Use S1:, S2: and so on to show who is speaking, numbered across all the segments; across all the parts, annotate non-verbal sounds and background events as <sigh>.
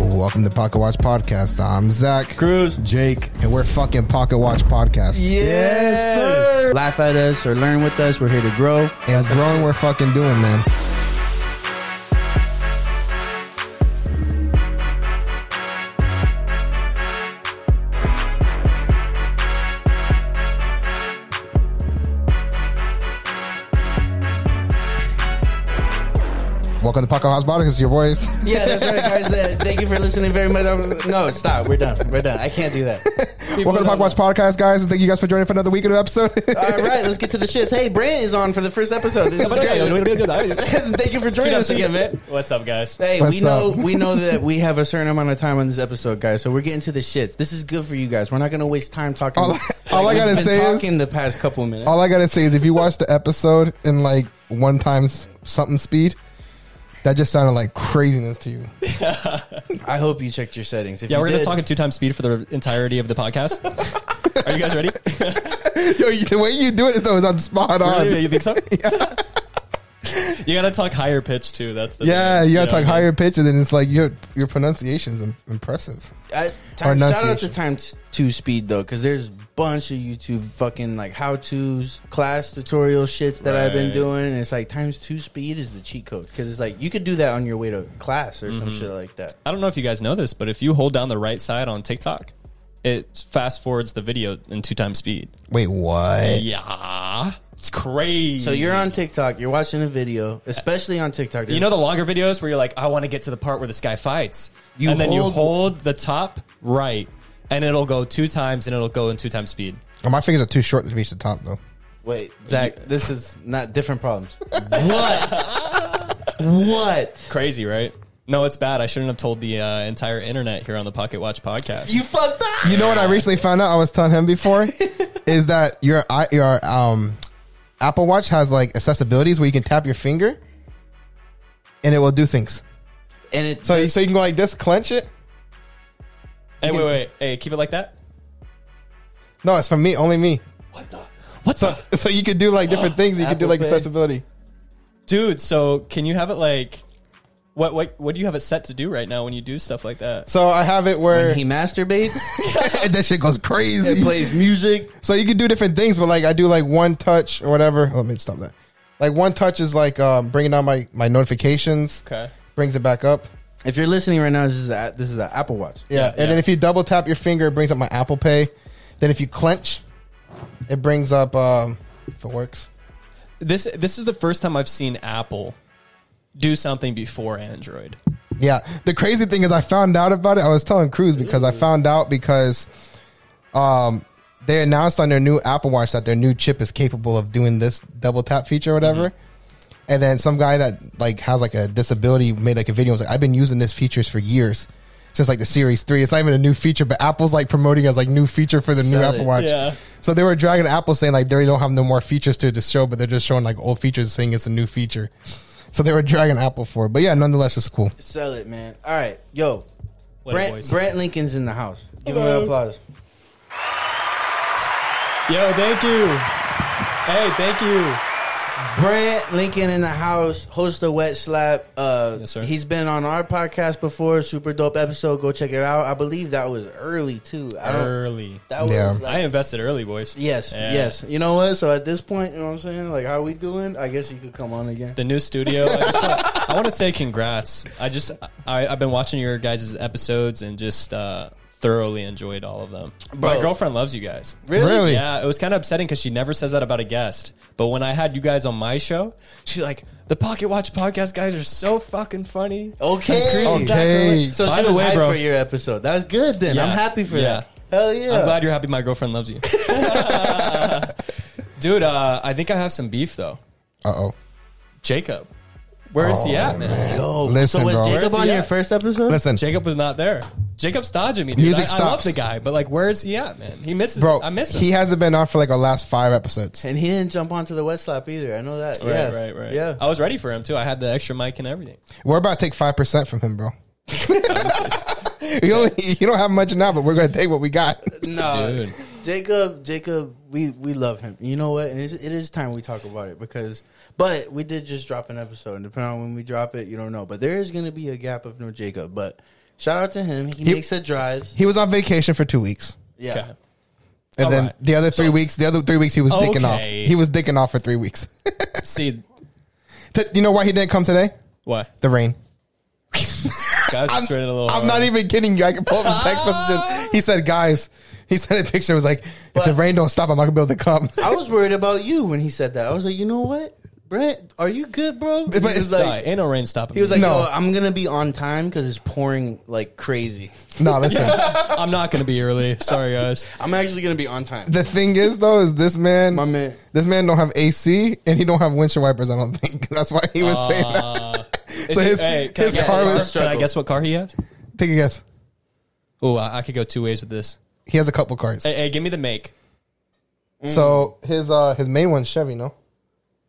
S1: Welcome to Pocket Watch Podcast. I'm Zach,
S2: Cruz.
S3: Jake.
S1: and we're fucking Pocket Watch Podcast.
S3: Yes, sir.
S2: Laugh at us or learn with us. We're here to grow.
S1: And growing, we're fucking doing, man. Welcome to Pocket Watch Podcast, your boys.
S2: Yeah, that's right, <laughs> guys. Uh, Thank you for listening very much. No, stop. We're done. We're done. I can't do <laughs> that. People
S1: Welcome to
S2: don't
S1: Pocket Watch Podcast, guys. Thank you guys for joining for another week of the episode. <laughs>
S2: know. All right, let's get to the shits. Hey, Brant is on for the first episode. This is <laughs> great. Thank you for joining us again, man.
S4: What's up, guys?
S2: Hey, we
S1: What's
S2: know
S1: up?
S2: we <laughs> know that we have a certain amount of time on this episode, guys. So we're getting to the shits. This is good for you guys. We're not going to waste time talking.
S1: All- all I
S2: we've
S1: gotta
S2: been
S1: say is-
S2: talking the past couple minutes.
S1: All I gotta say is if you watch the episode in like one times something speed, that just sounded like craziness to you. <laughs>
S2: I hope you checked your settings. If
S4: Yeah,
S2: you
S4: we're gonna
S2: did-
S4: talk at two times speed for the entirety of the podcast. Are you guys ready?
S1: Yo, you- the way you do it though is on spot on.
S4: Really? You think so? <laughs> you gotta talk higher pitch too. That's the
S1: Yeah,
S4: thing.
S1: you gotta
S4: know
S1: talk
S4: what I mean?
S1: higher pitch, and then it's like your your pronunciation's im- impressive.
S2: I, time,
S1: Or
S2: shout out to
S1: enunciation.
S2: time s- two speed though, because there's bunch of YouTube fucking like how tos, class tutorial shits that I've been
S4: Right.
S2: doing, and it's like times two speed is the cheat code because it's like you could do that on your way to class or some shit like that.
S4: I don't know if you guys know this, but if you hold down the right side on TikTok, it fast forwards the video in two times speed.
S1: Wait, what?
S4: Yeah, it's crazy.
S2: So you're on TikTok, you're watching a video, especially on TikTok.
S4: You know the longer videos where you're like, I want to get to the part where this guy fights,
S2: You
S4: and then you
S2: hold-
S4: hold the top right, and it'll go two times, and it'll go in two times speed.
S1: Oh, my fingers are too short to reach the top though.
S2: wait, Zach, this is not different problems. what? what?
S4: Crazy, right? No, it's bad. I shouldn't have told the uh, entire internet here on the Pocket Watch podcast.
S2: You fucked up.
S1: You know what I recently found out? I was telling him
S4: <laughs>
S1: before is that your i- your um Apple Watch has like accessibilities where you can tap your finger, and it will do things.
S2: and it
S1: So you- so you can go like this, clench it.
S4: hey, wait, wait, hey, keep it like that.
S1: No, it's from me, only me.
S4: What the? What
S1: So,
S4: the?
S1: so you could do like different things. You could do
S2: Apple
S1: like
S2: Pay.
S1: accessibility.
S4: Dude, so can you have it like? What, what what do you have it set to do right now when you do stuff like that?
S1: So I have it where
S2: when
S1: <laughs>
S2: he masturbates,
S1: that shit goes <laughs>
S2: it
S1: crazy.
S2: plays music.
S1: So you could do different things, but like I do like one touch or whatever. Let me stop that. Like one touch is like um, bringing down my my notifications.
S4: Okay.
S1: Brings it back up.
S2: If you're listening right now, this is a, this is an Apple Watch.
S1: Yeah. and
S4: yeah.
S1: then if you double tap your finger, it brings up my Apple Pay. Then if you clench, it brings up um, if it works.
S4: This this is the first time I've seen Apple do something before Android.
S1: Yeah. The crazy thing is, I found out about it. I was telling Cruz because I found out because um, they announced on their new Apple Watch that their new chip is capable of doing this double tap feature or whatever. And then some guy that like has like a disability made like a video. and was like, I've been using this features for years. Since like the Series Three, it's not even a new feature, but Apple's like promoting it as like new feature for the new
S2: Sell
S1: Apple
S2: it.
S1: Watch.
S4: Yeah.
S1: So they were dragging Apple saying like they don't have no more features to the show, but they're just showing like old features saying it's a new feature. So they were dragging Apple for it, but yeah, nonetheless, it's cool.
S2: Sell it, man. All right, yo,
S4: What a
S2: Brent,
S4: voice.
S2: Brent Lincoln's in the house. Give him an applause.
S4: Yo, thank you. Hey, thank you.
S2: Brent Lincoln in the house, host of Wet Slap. Uh,
S4: Yes, sir.
S2: He's been on our podcast before. Super dope episode. Go check it out. I believe that was early too. I don't,
S4: Early.
S2: that was
S1: Yeah.
S2: like-
S4: I invested early, boys.
S2: yes,
S4: Er, Yeah.
S2: yes. You know what? So at this point, you know what I'm saying? Like, how we doing? I guess you could come on again.
S4: The new studio. I, just want, I want to say congrats. I just I, I've been watching your guys' episodes and just uh, thoroughly enjoyed all of them.
S2: Bro.
S4: My girlfriend loves you guys.
S2: Really?
S1: Really?
S4: Yeah, it was kind of upsetting because she never says that about a guest. But when I had you guys on my show, she's like, "The Pocket Watch podcast guys are so fucking funny."
S2: Okay.
S4: Crazy.
S1: Okay.
S2: So
S4: By
S2: she
S4: the
S2: was
S4: way,
S2: hyped
S4: bro.
S2: for your episode. That was good. Then
S4: Yeah.
S2: I'm happy for
S4: Yeah.
S2: that. Hell yeah!
S4: I'm glad you're happy. My
S2: <laughs>
S4: girlfriend loves you, dude. Uh, I think I have some beef though.
S1: Uh oh.
S4: Jacob, where is
S2: Oh,
S4: he at, man?
S2: Yo,
S1: Listen,
S2: so was
S1: bro.
S4: Where is
S2: Jacob
S4: he
S2: on your
S4: at?
S2: first episode?
S1: Listen,
S4: Jacob was not there. Jacob's dodging me. Dude.
S1: Music
S4: I, I
S1: stops.
S4: love the guy, but like, where is he at, man? He misses.
S1: bro,
S4: I miss him.
S1: he hasn't been on for like the last five episodes.
S2: And he didn't jump onto the West Slap either. I know that.
S4: right,
S2: yeah.
S4: right, right.
S2: Yeah.
S4: I was ready for him too. I had the extra mic and everything.
S1: We're about to take five percent from
S4: <laughs>
S1: him, bro. you, only, you don't have much now, but we're gonna take what we got.
S2: no,
S4: Dude.
S2: Jacob, Jacob, we we love him. You know what? And it's, it is time we talk about it because, but we did just drop an episode, and depending on when we drop it, you don't know. But there is going to be a gap of no Jacob. But Shout out to him. He,
S1: He-
S2: makes the drives.
S1: He was on vacation for two weeks.
S2: Yeah.
S4: Okay.
S1: And
S4: All
S1: then
S4: right.
S1: the other three weeks, the other three weeks he was dicking off.
S4: Okay.
S1: He was dicking off for three weeks. <laughs>
S4: See
S1: T- you know why he didn't come today?
S4: what?
S1: The rain.
S4: Guys, just read it a little.
S1: I'm not even kidding you. I can pull up the
S4: <laughs>
S1: text messages. He said, guys, he sent a picture. It was like, if the
S2: But-
S1: rain don't stop, I'm not going to be able to come. <laughs>
S2: I was worried about you when he said that. I was like, you know what, Brent, are you good, bro? He
S1: But
S2: was
S1: it's
S2: like,
S4: Die. Ain't no rain stopping.
S2: he was
S4: me.
S2: like,
S1: No.
S2: "Yo, I'm gonna be on time because it's pouring like crazy.
S1: no, listen.
S4: <laughs> I'm not gonna be early. Sorry, guys.
S2: I'm actually gonna be on time.
S1: The thing is, though, is this man,
S2: My man.
S1: this man don't have AC and he don't have windshield wipers. I don't think <laughs> that's why he was saying that.
S4: Uh,
S1: <laughs> So his-
S4: is- can I
S1: his
S4: guess-
S1: car was-
S4: Can I guess what car he has?
S1: Take a guess.
S4: Oh, I, I could go two ways with this.
S1: He has a couple cars.
S4: Hey, mm. hey, give me the make.
S1: So his uh his main one's Chevy. No,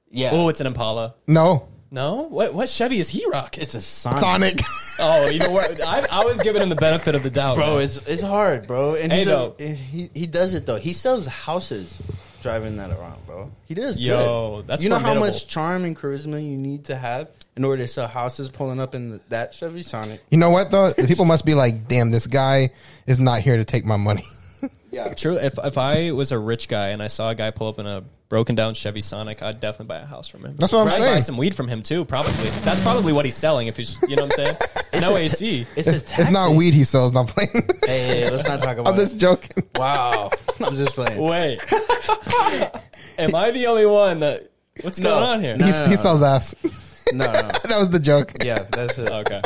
S2: Yeah,
S4: Oh, it's an Impala.
S1: no,
S4: No, what what Chevy is he rocking?
S2: it's a Sonic,
S1: Sonic. <laughs>
S4: Oh, even worse. I, I was giving him the benefit of the doubt,
S2: bro.
S4: man.
S2: It's it's hard, bro. And
S4: Hey,
S2: he's
S4: though.
S2: a, he he does it though. He sells houses driving that around, bro. He does.
S4: Yo,
S2: good.
S4: that's
S2: you know how
S4: formidable.
S2: much charm and charisma you need to have in order to sell houses pulling up in the, that Chevy Sonic.
S1: you know what though? The People must be like, damn, this guy is not here to take my money.
S2: Yeah,
S4: True. If if I was a rich guy and I saw a guy pull up in a broken down Chevy Sonic, I'd definitely buy a house from him.
S1: That's what I'm
S4: I'd
S1: saying.
S4: Buy some weed from him too, probably. That's probably what he's selling. If he's, you know what
S1: <laughs>
S4: I'm saying. no AC.
S2: it's, a
S1: It's,
S2: tactic.
S1: it's not weed he sells. Not playing.
S2: Hey, hey, hey, let's not talk
S1: <laughs>
S2: about
S1: I'm just
S2: it.
S1: joking.
S2: Wow, <laughs> I'm just playing.
S4: Wait,
S1: <laughs>
S4: am I the only one that? What's
S2: No.
S4: going on here?
S2: No.
S1: He's, he sells ass. <laughs>
S2: No, no.
S1: that was the joke.
S2: Yeah, that's it.
S4: <laughs> Okay.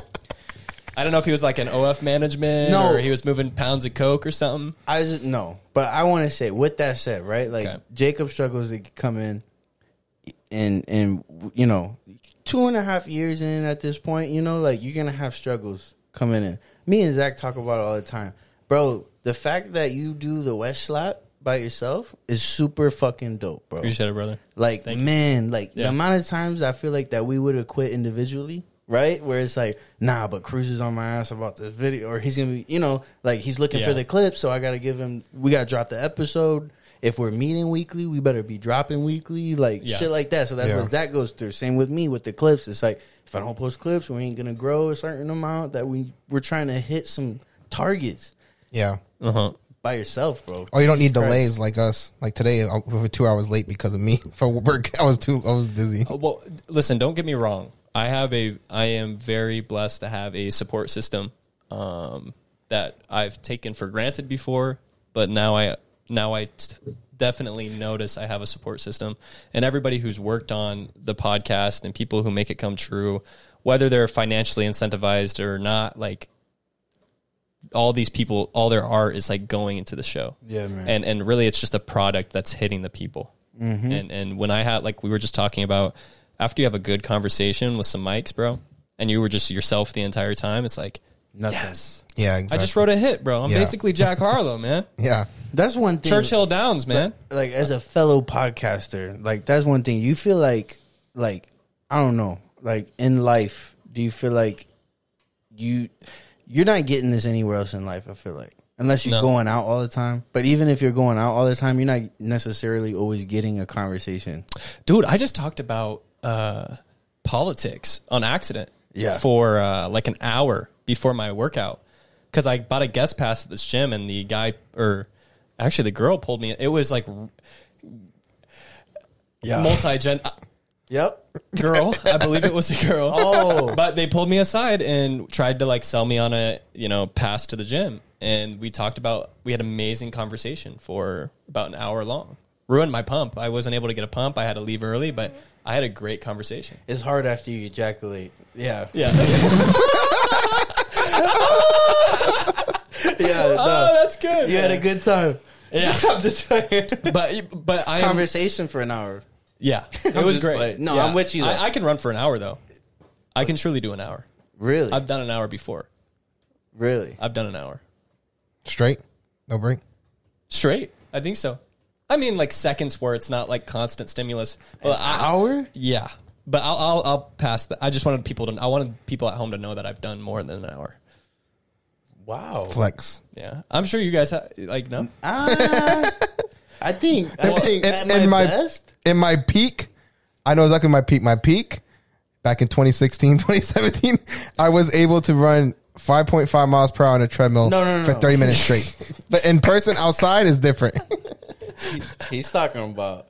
S4: I don't know if he was like an OF management
S2: No.
S4: or he was moving pounds of coke or something.
S2: I just, no, but I want to say with that said, right? Like
S4: Okay.
S2: Jacob struggles to come in, and and you know, two and a half years in at this point, you know, like you're gonna have struggles coming in. Me and Zach talk about it all the time, bro. The fact that you do the West slap by yourself is super fucking dope, bro.
S4: Appreciate it, brother.
S2: Like man, like the
S4: Yeah.
S2: amount of times I feel like that we would have quit individually, right? Where it's like, nah, but Cruz is on my ass about this video, or he's gonna be, you know, like he's looking for
S4: Yeah.
S2: the clip, so I gotta give him. We gotta drop the episode. If we're meeting weekly, we better be dropping weekly, like
S4: Yeah.
S2: shit like that. So that's
S1: Yeah.
S2: what that goes through. Same with me with the clips. It's like if I don't post clips, we ain't gonna grow a certain amount that we we're trying to hit some targets
S1: Yeah.
S4: Uh huh.
S2: by yourself, bro.
S1: Oh, you don't need
S2: Christ.
S1: delays like us. Like today, I- we were two hours late because of me <laughs> for work. I was too. I was busy.
S4: Uh, Well, listen, don't get me wrong. I have a, I am very blessed to have a support system um, that I've taken for granted before, but now I, now I t- definitely notice I have a support system, and everybody who's worked on the podcast and people who make it come true, whether they're financially incentivized or not, like all these people, all their art is like going into the show.
S2: Yeah, man.
S4: And and really, it's just a product that's hitting the people.
S1: Mm-hmm.
S4: And and when I had like we were just talking about after you have a good conversation with some mics, bro, and you were just yourself the entire time, it's like
S2: Nothing.
S4: yes,
S1: Yeah, exactly.
S4: I just wrote a hit, bro. I'm
S1: Yeah.
S4: basically
S1: <laughs>
S4: Jack Harlow, man.
S1: Yeah,
S2: That's one thing.
S4: Churchill Downs, man.
S2: like as a fellow podcaster, like that's one thing. You feel like like I don't know, like in life, do you feel like you you're not getting this anywhere else in life, I feel like. Unless you're
S4: No.
S2: going out all the time. But even if you're going out all the time, you're not necessarily always getting a conversation.
S4: dude i just talked about uh politics on accident
S2: Yeah.
S4: for uh like an hour before my workout because i bought a guest pass at this gym and the guy or actually the girl pulled me it was like
S2: Yeah.
S4: multi-gen uh,
S2: Yep.
S4: girl i believe it was a girl
S2: <laughs> Oh.
S4: but they pulled me aside and tried to like sell me on a you know pass to the gym and we talked about we had amazing conversation for about an hour long ruined my pump i wasn't able to get a pump i had to leave early but i had a great conversation
S2: It's hard after you ejaculate. Yeah.
S4: yeah
S2: <laughs>
S4: <laughs>
S2: Yeah.
S4: oh
S2: no.
S4: that's good
S2: You had a good time.
S4: yeah
S2: I'm just
S4: but but i am,
S2: conversation for an hour.
S4: yeah it
S2: I'm
S4: was
S2: just
S4: great
S2: playing. No,
S4: Yeah.
S2: I'm with you, though.
S4: I, I can run for an hour though i can truly do an hour
S2: Really?
S4: i've done an hour before
S2: really.
S4: i've done an hour
S1: straight, no break.
S4: straight i think so i mean like seconds where it's not like constant stimulus but I,
S2: hour?
S4: Yeah, but I'll I'll, I'll pass that. I just wanted people to. I wanted people at home to know that I've done more than an hour.
S2: Wow.
S1: Flex.
S4: Yeah, I'm sure you guys ha-
S2: <laughs>
S4: like no.
S2: Ah, I think I think
S1: In-
S2: at
S1: in my-
S2: my, best.
S1: In my peak, I know <laughs> exactly my peak. My peak back in 2016, 2017, I was able to run 5.5 miles per hour on a treadmill
S2: No, no, no,
S1: for
S2: no.
S1: 30 minutes
S4: <laughs>
S1: straight. but in person, outside is different.
S2: He's talking <laughs> about.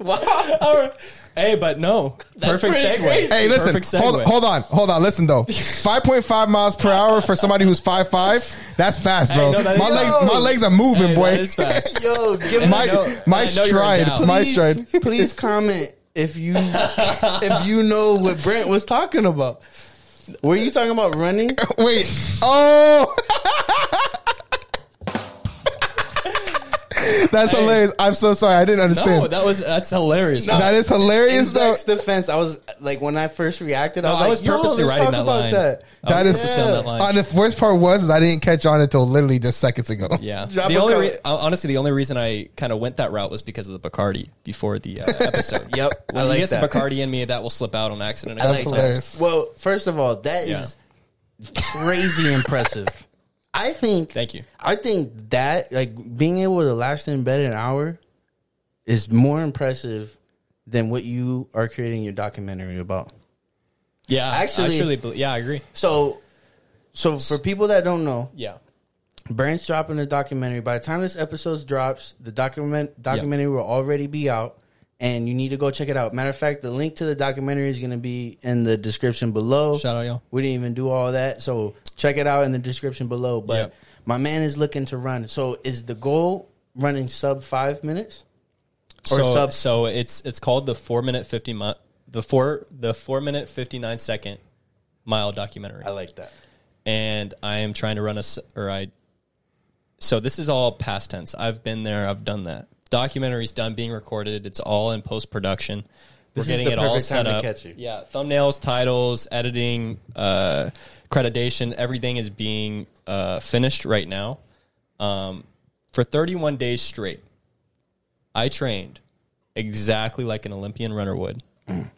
S4: All right. Hey, but no. Perfect
S2: pretty
S4: segue.
S2: crazy.
S1: Hey, listen,
S4: Perfect segue.
S1: hold, hold on, hold on, listen
S4: <laughs>
S1: though. 5.5 miles per hour for somebody who's 5'5, that's fast, bro.
S4: Hey, no, that
S1: my,
S4: is-
S1: legs,
S4: Yo.
S1: my legs are moving,
S4: Hey,
S1: boy.
S4: That is fast.
S2: Yo, give
S4: And
S2: me
S4: I
S1: My,
S4: know- and
S1: my
S4: I know you're
S1: stride,
S4: down.
S1: my
S2: please-
S1: stride.
S2: Please comment if you if you know what Brent was talking about. Were you talking about running?
S1: Wait, oh. <laughs> That's
S4: Hey.
S1: hilarious. I'm so sorry. I didn't understand.
S4: No, that was that's hilarious. bro.
S1: that is
S2: In
S1: hilarious, though.
S2: Zach's defense, I was like when I first reacted, I
S4: No,
S2: was
S4: I
S2: like,
S4: was purposely
S2: Yo, let's
S4: writing
S2: talk
S4: that
S2: about
S4: line.
S2: that.
S4: I
S1: That
S4: was
S1: is-
S4: purposely on that line.
S1: And the worst part was is I didn't catch on until literally just seconds ago.
S4: Yeah.
S2: Drop
S4: the
S2: a
S4: only
S2: col-
S4: re- uh, honestly, the only reason I kind of went that route was because of the Bacardi before the
S2: <laughs>
S4: uh, episode.
S2: Yep, I
S4: When
S2: like
S4: you get
S2: that.
S4: some Bacardi in me, that will slip out on accident.
S1: That's
S4: Every time.
S1: hilarious.
S2: Well, first of all, that is
S4: Yeah. <laughs>
S2: crazy impressive. I think.
S4: Thank you.
S2: I think that like being able to last in bed an hour is more impressive than what you are creating your documentary about.
S4: Yeah,
S2: Actually-
S4: actually, actually, bel- yeah, I agree.
S2: So, so for people that don't know,
S4: Yeah,
S2: Brent's dropping a documentary. By the time this episode drops, the document documentary will already be out, and you need to go check it out. Matter of fact, the link to the documentary is going to be in the description below.
S4: Shout out, y'all.
S2: We didn't even do all that, so check it out in the description below. But
S4: Yep.
S2: my man is looking to run. So is the goal running sub five minutes? Or
S4: so,
S2: sub-
S4: so it's it's called the four minute fifty mi- the four the four minute fifty nine second mile documentary,
S2: I like that.
S4: and I am trying to run a s- or I. So this is all past tense. I've been there. I've done that. Documentary's done being recorded. It's all in post production. We're
S2: This is
S4: getting
S2: the
S4: it all
S2: perfect
S4: set
S2: time to
S4: up.
S2: catch you.
S4: Yeah, thumbnails, titles, editing, uh, accreditation, everything is being uh, finished right now. Um, for 31 days straight, I trained exactly like an Olympian runner would
S2: Mm.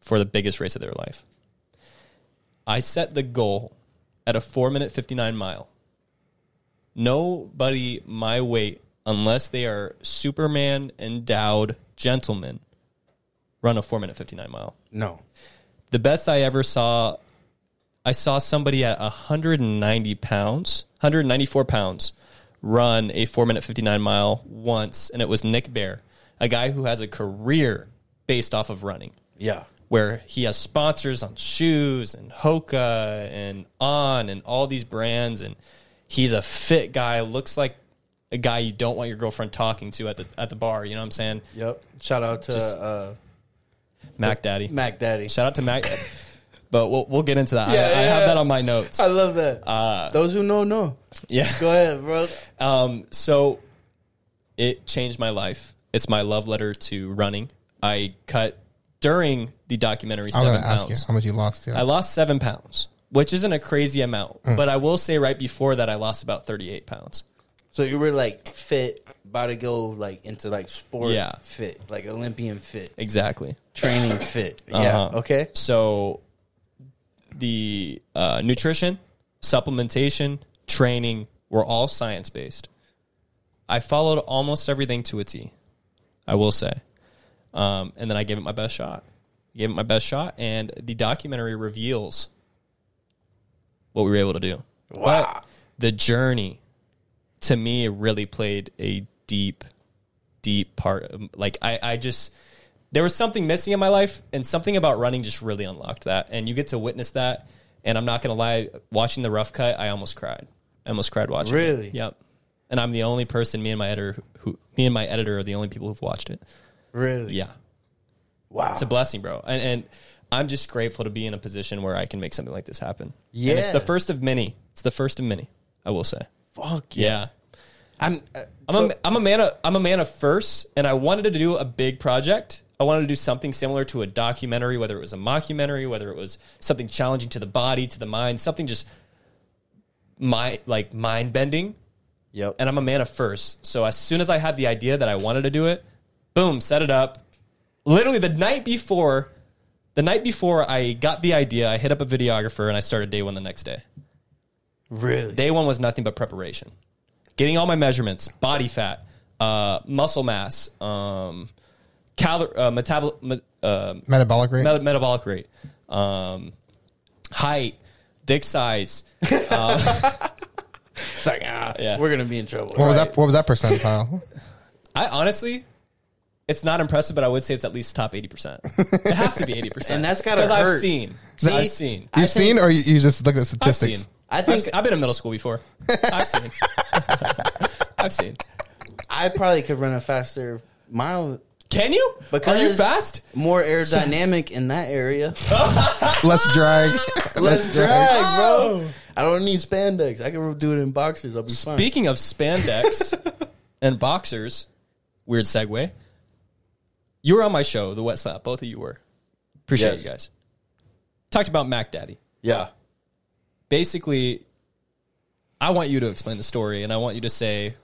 S4: for the biggest race of their life. I set the goal at a 4 minute 59 mile. Nobody my weight, unless they are Superman endowed gentlemen, run a 4 minute 59 mile.
S2: No,
S4: The best I ever saw, I saw somebody at 190 pounds, 194 pounds, run a 4 minute 59 mile once, and it was Nick Bear, a guy who has a career based off of running
S2: yeah,
S4: where he has sponsors on shoes and Hoka and On and all these brands, and he's a fit guy. Looks like a guy you don't want your girlfriend talking to at the at the bar. You know what I'm saying?
S2: yep. Shout out to uh,
S4: Mac Daddy.
S2: Mac Daddy.
S4: Shout out to Mac. but we'll we'll get into that. I,
S2: Yeah,
S4: I
S2: yeah.
S4: have that on my notes.
S2: I love that.
S4: Uh,
S2: Those who know know.
S4: <laughs> yeah.
S2: Go ahead, bro.
S4: Um, so it changed my life. It's my love letter to running. I cut during the documentary.
S1: I'm
S4: seven
S1: gonna ask
S4: pounds.
S1: you how much you lost. Yeah.
S4: I lost seven pounds, which isn't a crazy amount. But I will say right before that, I lost about 38 pounds.
S2: So you were like fit, about to go like into like sport
S4: Yeah.
S2: fit, like Olympian fit,
S4: Exactly. <laughs>
S2: training fit. Yeah.
S4: Uh-huh.
S2: Okay.
S4: So the uh, nutrition, supplementation, training were all science based. I followed almost everything to a T, I will say. Um, and then I gave it my best shot. Gave it my best shot, and the documentary reveals what we were able to do. But the journey to me really played a deep, deep part. of- Like I, I just there was something missing in my life, and something about running just really unlocked that. And you get to witness that. And I'm not gonna lie, watching the rough cut, I almost cried. I almost cried watching. it.
S2: Really?
S4: Yep. And I'm the only person. Me and my editor, who me and my editor are the only people who've watched it.
S2: Really?
S4: Yeah,
S2: Wow.
S4: it's a blessing, bro. And, and I'm just grateful to be in a position where I can make something like this happen. and it's
S2: Yeah.
S4: the first of many. It's the first of many. I will say.
S2: Fuck yeah.
S4: Yeah.
S2: I'm. Uh,
S4: I'm a, I'm a man of I'm a man of firsts, and I wanted to do a big project. I wanted to do something similar to a documentary, whether it was a mockumentary, whether it was something challenging to the body, to the mind, something just my like mind bending.
S2: yep.
S4: And I'm a man of firsts, so as soon as I had the idea that I wanted to do it, boom, set it up. Literally the night before, the night before I got the idea, I hit up a videographer and I started day one the next day.
S2: really.
S4: Day one was nothing but preparation, getting all my measurements, body fat, uh, muscle mass, um, calor- uh, metabol- me- uh,
S1: Metabolic rate.
S4: meta- metabolic rate, um, height, dick size.
S2: It's like, ah,
S4: Yeah.
S2: we're gonna be in trouble.
S1: What was
S2: Right.
S1: that? What was that
S4: <laughs>
S1: percentile?
S4: I honestly, it's not impressive, but I would say it's at least top eighty percent. It has to be eighty
S2: <laughs>
S4: percent,
S2: And that's gotta
S4: I've
S2: hurt.
S4: seen,
S2: See?
S4: I've seen,
S1: You've
S2: I think-
S1: seen, or you, you just look at
S4: I've
S1: statistics?
S4: seen.
S2: I
S4: I
S2: think-
S4: think I've, been in middle school before.
S2: <laughs>
S4: I've seen. I've seen.
S2: I probably could run a faster mile
S4: Can you?
S2: because
S4: Are you fast?
S2: more aerodynamic in that
S4: <laughs>
S2: area.
S4: Ah!
S1: Let's drag.
S2: Let's drag,
S4: Oh.
S2: bro. I don't need spandex. I can do it in boxers. I'll be fine.
S4: Speaking
S2: <laughs>
S4: of spandex and boxers, weird segue. You were on my show, The Wet Slap. Both of you were. Appreciate
S2: Yes.
S4: you guys. Talked about Mac Daddy.
S2: Yeah.
S4: Basically, I want you to explain the story, and I want you to say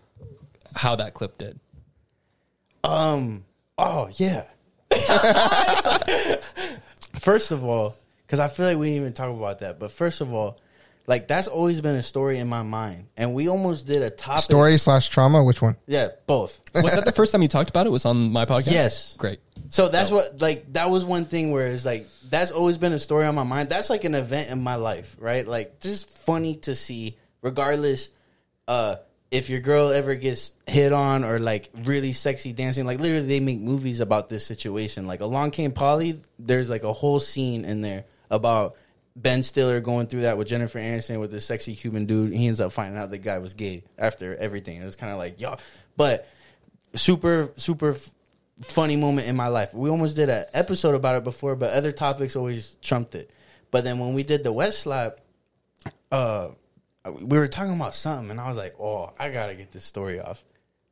S4: how that clip did.
S2: Um. Oh yeah. <laughs> first of all, because I feel like we didn't even talk about that. But first of all, like that's always been a story in my mind, and we almost did a topic.
S1: Story slash trauma. Which one?
S2: Yeah, both.
S4: Was that the first time you talked about it? Was on my podcast?
S2: Yes.
S4: Great.
S2: So that's what like that was one thing where it's like that's always been a story on my mind. That's like an event in my life, right? Like just funny to see, regardless uh if your girl ever gets hit on or like really sexy dancing, like literally they make movies about this situation. Like along came Polly, there's like a whole scene in there about Ben Stiller going through that with Jennifer Aniston with this sexy Cuban dude. He ends up finding out the guy was gay after everything. It was kind of like, y'all. But super super f- funny moment in my life. We almost did an episode about it before, but other topics always trumped it. But then when we did the wet slap, uh, we were talking about something, and I was like, "Oh, I gotta get this story off."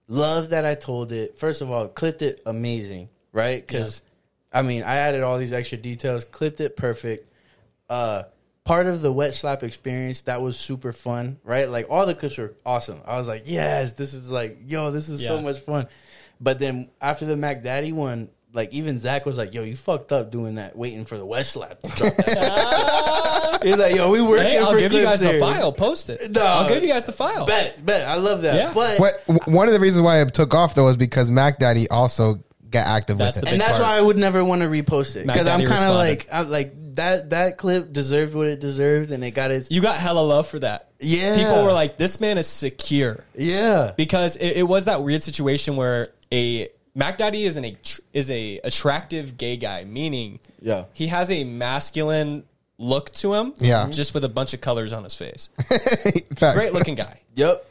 S2: Love that I told it. First of all, clipped it amazing, right? Because I mean, I added all these extra details, clipped it perfect. Uh, part of the wet slap experience that was super fun, right? Like all the clips were awesome. I was like, "Yes, this is like, yo, this is so
S4: Yeah.
S2: much fun." But then after the Mac Daddy one. Like even Zach was like, "Yo, you fucked up doing that, waiting for the West slap." To drop that."
S4: <laughs>
S2: He's like, "Yo, we working
S4: Hey, I'll
S2: for
S4: give you
S2: clips
S4: guys the
S2: here."
S4: file. Post it.
S2: No.
S4: I'll give you guys the file.
S2: Bet, bet. I love that.
S4: Oh. Yeah.
S2: But
S1: What? w- One of the reasons why it took off though is because Mac Daddy also got active
S4: That's
S1: with
S4: the
S1: it.
S4: big
S2: and that's
S4: part.
S2: why I would never want to repost it
S4: Mac
S2: because I'm
S4: Daddy
S2: kind of
S4: responded.
S2: like, I'm like that. That clip deserved what it deserved, and it got its.
S4: You got hella love for that.
S2: Yeah.
S4: People were like, this man is secure.
S2: yeah,
S4: because it, it was that weird situation where a Mac Daddy is an att- is a attractive gay guy, meaning
S2: Yeah.
S4: he has a masculine look to him,
S1: Yeah.
S2: Mm-hmm.
S4: just with a bunch of colors on his face.
S1: <laughs> Fact.
S4: Great looking guy,
S2: yep.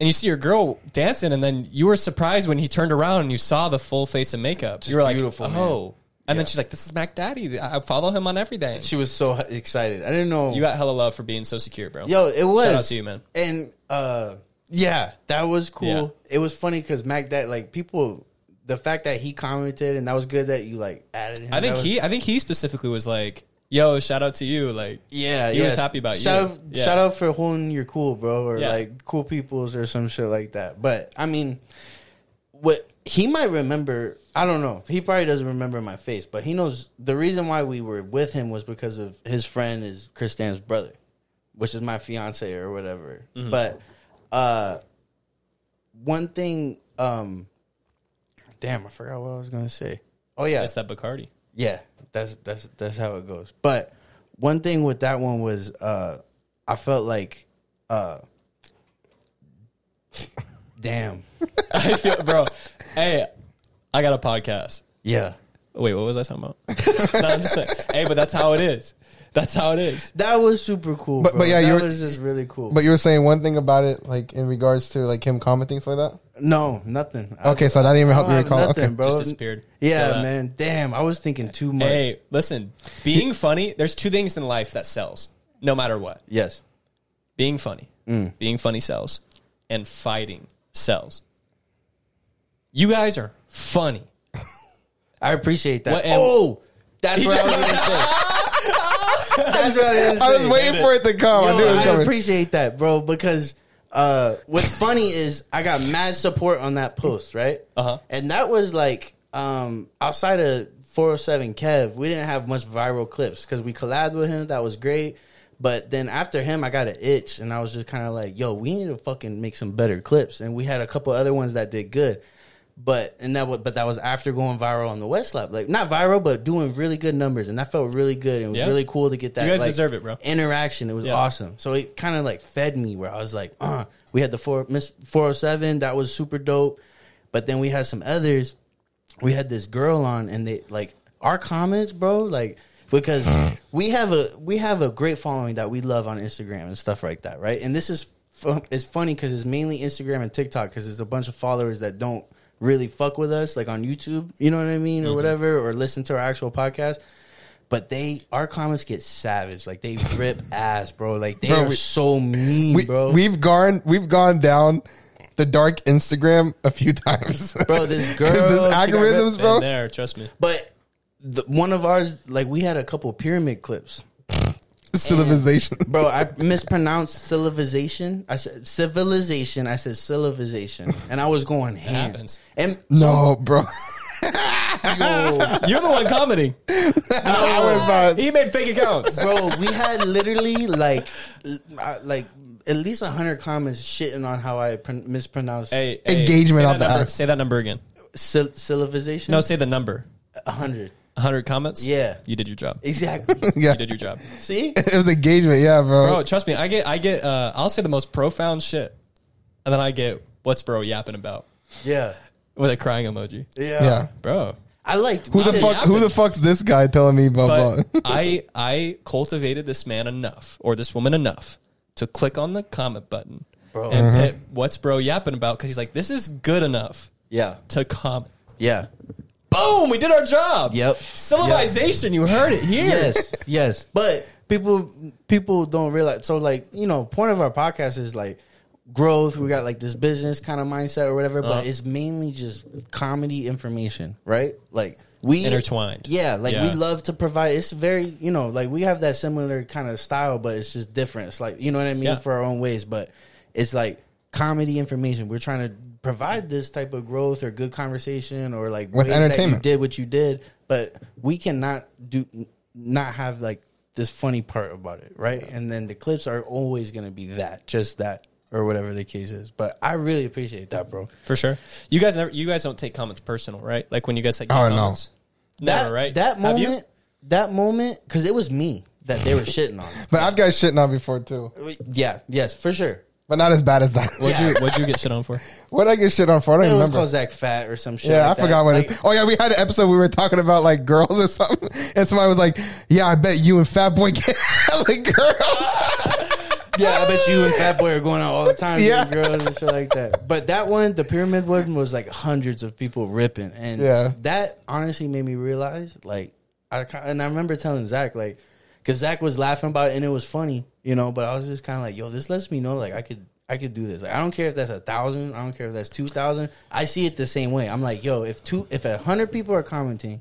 S4: and you see your girl dancing, and then you were surprised when he turned around and you saw the full face of makeup. you were like,
S2: beautiful, man.
S4: oh, and then she's like, this is Mac Daddy. I I follow him on everything.
S2: She was so h- excited. I didn't know.
S4: You got hella love for being so secure, bro.
S2: Yo, it was.
S4: Shout out to you, man.
S2: And uh, yeah, that was cool.
S4: Yeah.
S2: It was funny because Mac, that like people, the fact that he commented and that was good that you like added him. that
S4: I think
S2: was-
S4: he, I think he specifically was like, "Yo, shout out to you!" Like,
S2: Yeah,
S4: He
S2: yeah.
S4: was happy about
S2: shout
S4: you.
S2: Out,
S4: Yeah.
S2: Shout out for holding your cool, bro, or
S4: Yeah.
S2: like cool peoples or some shit like that. But I mean, what he might remember, I don't know. He probably doesn't remember my face, but he knows the reason why we were with him was because of his friend is Kristan's brother, which is my fiance or whatever.
S4: Mm-hmm.
S2: But uh, one thing, um, damn, I forgot what I was gonna say. Oh yeah,
S4: that's that Bacardi.
S2: yeah, that's that's that's how it goes. But one thing with that one was uh I felt like uh damn. <laughs>
S4: <laughs> I feel, bro. Hey, I got a podcast.
S2: Yeah.
S4: Wait, what was I talking about? <laughs> No, I'm just like, hey, but that's how it is. That's how it is.
S2: That was super cool.
S1: But-
S2: But,
S1: but yeah,
S2: yeah,
S1: you
S2: that
S1: were-
S2: was just really cool.
S1: But you were saying one thing about it, like in regards to like him commenting stuff like that.
S2: no, nothing. I-
S1: Okay, so that didn't even
S2: I
S1: help
S2: don't
S1: you
S2: have
S1: recall.
S2: nothing,
S1: Okay,
S2: bro.
S4: Just disappeared.
S2: Yeah,
S4: Feel that.
S2: man. Damn, I was thinking too much.
S4: Hey, listen, being funny, there's two things in life that sells, no matter what.
S2: Yes.
S4: Being funny,
S1: Mm.
S4: being funny sells, and fighting sells. You guys are funny.
S2: I appreciate that.
S4: What am-
S2: oh,
S4: <laughs>
S2: that's what I was gonna
S1: <laughs>
S2: say. That's what I was gonna say.
S1: I was waiting for it to come. I knew it
S2: Yo,
S1: was
S2: I,
S1: coming.
S2: appreciate that, bro. Because uh, what's funny is I got mad support on that post, right?
S4: Uh-huh.
S2: And that was like um, outside of 407 Kev, we didn't have much viral clips because we collabed with him. That was great. But then after him, I got an itch, and I was just kind of like, "Yo, we need to fucking make some better clips." And we had a couple other ones that did good. But and that was, but that was after going viral on the West Lab, like not viral, but doing really good numbers, and that felt really good. and It was
S4: Yeah.
S2: really cool to get that.
S4: You guys
S2: like,
S4: deserve it, bro.
S2: Interaction, it was
S4: Yeah.
S2: awesome. So it kind of like fed me where I was like, uh, we had the four Miss Four Hundred Seven, that was super dope. But then we had some others. We had this girl on, and they like our comments, bro, like. Because
S1: Uh-huh.
S2: we have a we have a great following that we love on Instagram and stuff like that, right? And this is fu- it's funny because it's mainly Instagram and TikTok because there's a bunch of followers that don't really fuck with us, like on YouTube, you know what I
S1: Mm-hmm.
S2: mean, or whatever, or listen to our actual podcast. But they, our comments get savage. Like they
S1: <laughs>
S2: rip ass, bro. Like they
S1: Bro,
S2: are
S1: we-
S2: so mean,
S1: we,
S2: bro.
S1: We've gone we've gone down the dark Instagram a few times,
S2: Bro,
S1: <laughs>
S2: this
S1: 'Cause
S2: girl, she
S1: this
S2: got
S1: algorithms,
S4: Been
S1: bro.
S4: there, trust me.
S2: but the, one of ours, like we had a couple pyramid clips, <laughs>
S1: Civilization. <laughs>
S2: bro. I mispronounced civilization. I said civilization. I said civilization, and I was going ham.
S4: happens.
S2: And
S1: No, bro. <laughs>
S4: You're the one commenting.
S1: I would have
S4: He made fake accounts.
S2: bro we had literally like l- uh, like at least 100 comments shitting on how i pron- mispronounced
S4: Hey,
S1: Engagement
S4: say
S1: out
S4: that
S1: the
S4: number-
S1: ass.
S4: Say that number again.
S2: syl- syllabization
S4: No, say the number.
S2: 100
S4: 100 comments?
S2: Yeah.
S4: You did your job.
S2: exactly
S1: yeah.
S4: You did your job.
S2: see
S1: It was engagement, yeah,
S4: Bro, trust me. I get I get uh I'll say the most profound shit. And then I get what's bro yapping about
S2: yeah
S4: with a crying emoji.
S2: yeah
S1: yeah.
S4: Bro.
S2: i liked
S1: Who the
S4: It
S1: fuck? Who the
S4: happens.
S1: fuck's this guy telling me blah
S4: But
S1: blah? <laughs>
S4: <laughs> I I cultivated this man enough or this woman enough to click on the comment button
S2: Bro.
S4: and
S1: Uh-huh.
S4: hit what's bro yapping about because he's like, this is good enough
S2: yeah
S4: to comment.
S2: yeah
S4: Boom, we did our job.
S2: Yep.
S4: Syllabization, you heard it here.
S2: yes <laughs> yes but people people don't realize so like you know point of our podcast is like growth we got like this business kind of mindset or whatever
S4: Uh-huh.
S2: but it's mainly just comedy information right like we
S4: Intertwined.
S2: yeah like we
S4: Yeah.
S2: love to provide it's very you know like we have that similar kind of style but it's just different it's like you know what i mean
S4: Yeah.
S2: for our own ways but it's like comedy information we're trying to provide this type of growth or good conversation or like
S1: With
S2: ways that you
S1: entertainment.
S2: did what you did, but we cannot do not have like this funny part about it, right? And then the clips are always going to be that, just that, or whatever the case is. But I really appreciate that, bro.
S4: For sure. You guys never you guys don't take comments personal, right? Like when you guys take
S1: Oh, no.
S4: comments.
S2: That
S4: Never, right?
S2: That
S4: Have you?
S2: moment, that moment, because it was me that
S1: <laughs>
S2: they were shitting on.
S1: But I've got shit on before too,
S2: Yeah, yes, for sure.
S1: but not as bad as that.
S4: What'd you what'd you get shit on for?
S1: What did I get shit on for? I don't
S2: It
S1: even
S2: was
S1: remember.
S2: called Zach Fat or some shit.
S1: Yeah, I
S2: like that.
S1: forgot what
S2: Like,
S1: it. Oh yeah, we had an episode we were talking about like girls or something, <laughs> and somebody was like, "Yeah, I bet you and Fat Boy get <laughs> like girls."
S2: Yeah, I bet you and Fat Boy are going out all the time,
S1: Yeah.
S2: yeah. girls and shit like that. But that one, the pyramid one, was like hundreds of people ripping, and
S1: Yeah.
S2: that honestly made me realize, like, I ki- and I remember telling Zach, like, because Zach was laughing about it and it was funny, you know. But I was just kind of like, yo, this lets me know, like, I could. I could do this. Like, I don't care if that's a thousand. I don't care if that's two thousand. I see it the same way. I'm like, yo, if two, if a hundred people are commenting,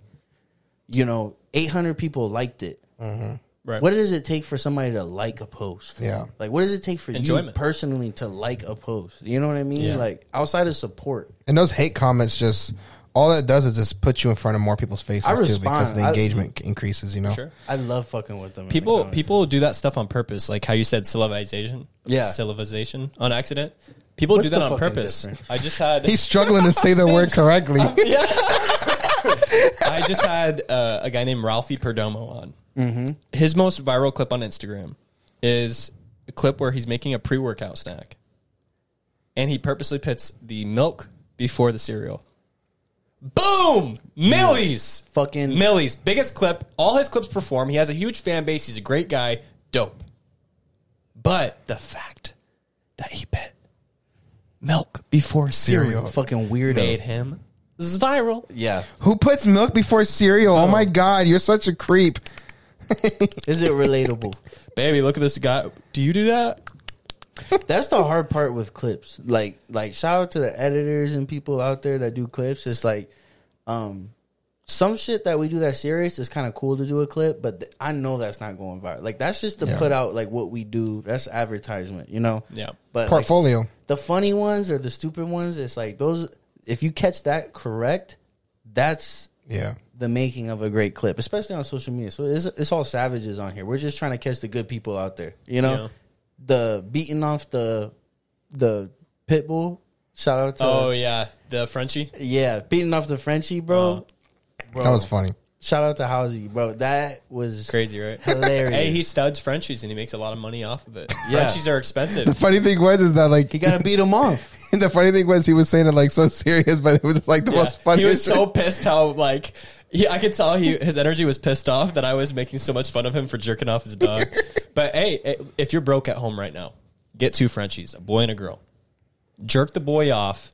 S2: you know, eight hundred people liked it.
S4: Right.
S2: What does it take for somebody to like a post?
S1: Yeah.
S2: Like, what does it take for you
S4: Enjoyment.
S2: personally to like a post? You know what I mean?
S4: Yeah.
S2: Like, outside of support,
S1: <laughs> and those hate comments just all that does is just put you in front of more people's faces
S2: I
S1: too, because
S2: respond.
S1: the
S2: I-
S1: engagement increases. You know,
S4: Sure.
S2: I love fucking with them. in the
S4: People
S2: comments.
S4: people do that stuff on purpose, like how you said syllabization.
S2: Yeah.
S4: Syllabization on accident. People
S2: What's
S4: do that
S2: the
S4: on
S2: fucking
S4: purpose.
S2: difference?
S4: I just
S2: <laughs>
S4: had
S1: he's struggling to say the <laughs> word correctly.
S4: <laughs> yeah. I just had uh, a guy named Ralphie Perdomo on. Mm-hmm. His most viral clip on Instagram is a clip where he's making a pre workout snack. And he purposely puts the milk before the cereal. Boom! Millies!
S2: Fucking-
S4: Millies. Biggest clip. All his clips perform. He has a huge fan base. He's a great guy. Dope. But the fact that he put milk before cereal
S1: Cereal.
S2: fucking weirdo.
S4: made him viral.
S2: Yeah.
S1: Who puts milk before cereal? Oh my god, you're such a creep.
S2: Is it relatable?
S4: baby, look at this guy. Do you do that?
S2: That's the hard part with clips. Like, like shout out to the editors and people out there that do clips. It's like, um, some shit that we do that serious is kind of cool to do a clip, but th- I know that's not going viral. Like that's just to
S1: Yeah.
S2: put out like what we do. That's advertisement, you know.
S4: Yeah.
S2: But like,
S1: Portfolio.
S2: s- the funny ones or the stupid ones, it's like those. If you catch that correct, that's
S1: Yeah,
S2: the making of a great clip, especially on social media. So it's, it's all savages on here. We're just trying to catch the good people out there. You know,
S4: Yeah.
S2: the beating off the the pit bull Shout out to
S4: Oh yeah, the Frenchie.
S2: yeah, beating off the Frenchie,
S4: Uh-huh.
S2: bro. bro.
S1: That was funny.
S2: Shout out to Housey, bro. That was
S4: Crazy, right?
S2: Hilarious.
S4: Hey, he studs Frenchies and he makes a lot of money off of it.
S2: Yeah.
S4: Frenchies are expensive.
S1: The funny thing was is that like <laughs>
S2: He gotta beat him off.
S1: the funny thing was he was saying it like so serious, but it was just like the
S4: Yeah.
S1: most funny.
S4: He was so <laughs> pissed how like he, I could tell he his energy was pissed off that I was making so much fun of him for jerking off his
S1: <laughs>
S4: dog. but hey, i- if you're broke at home right now, get two Frenchies, a boy and a girl. Jerk the
S1: <laughs>
S4: boy off.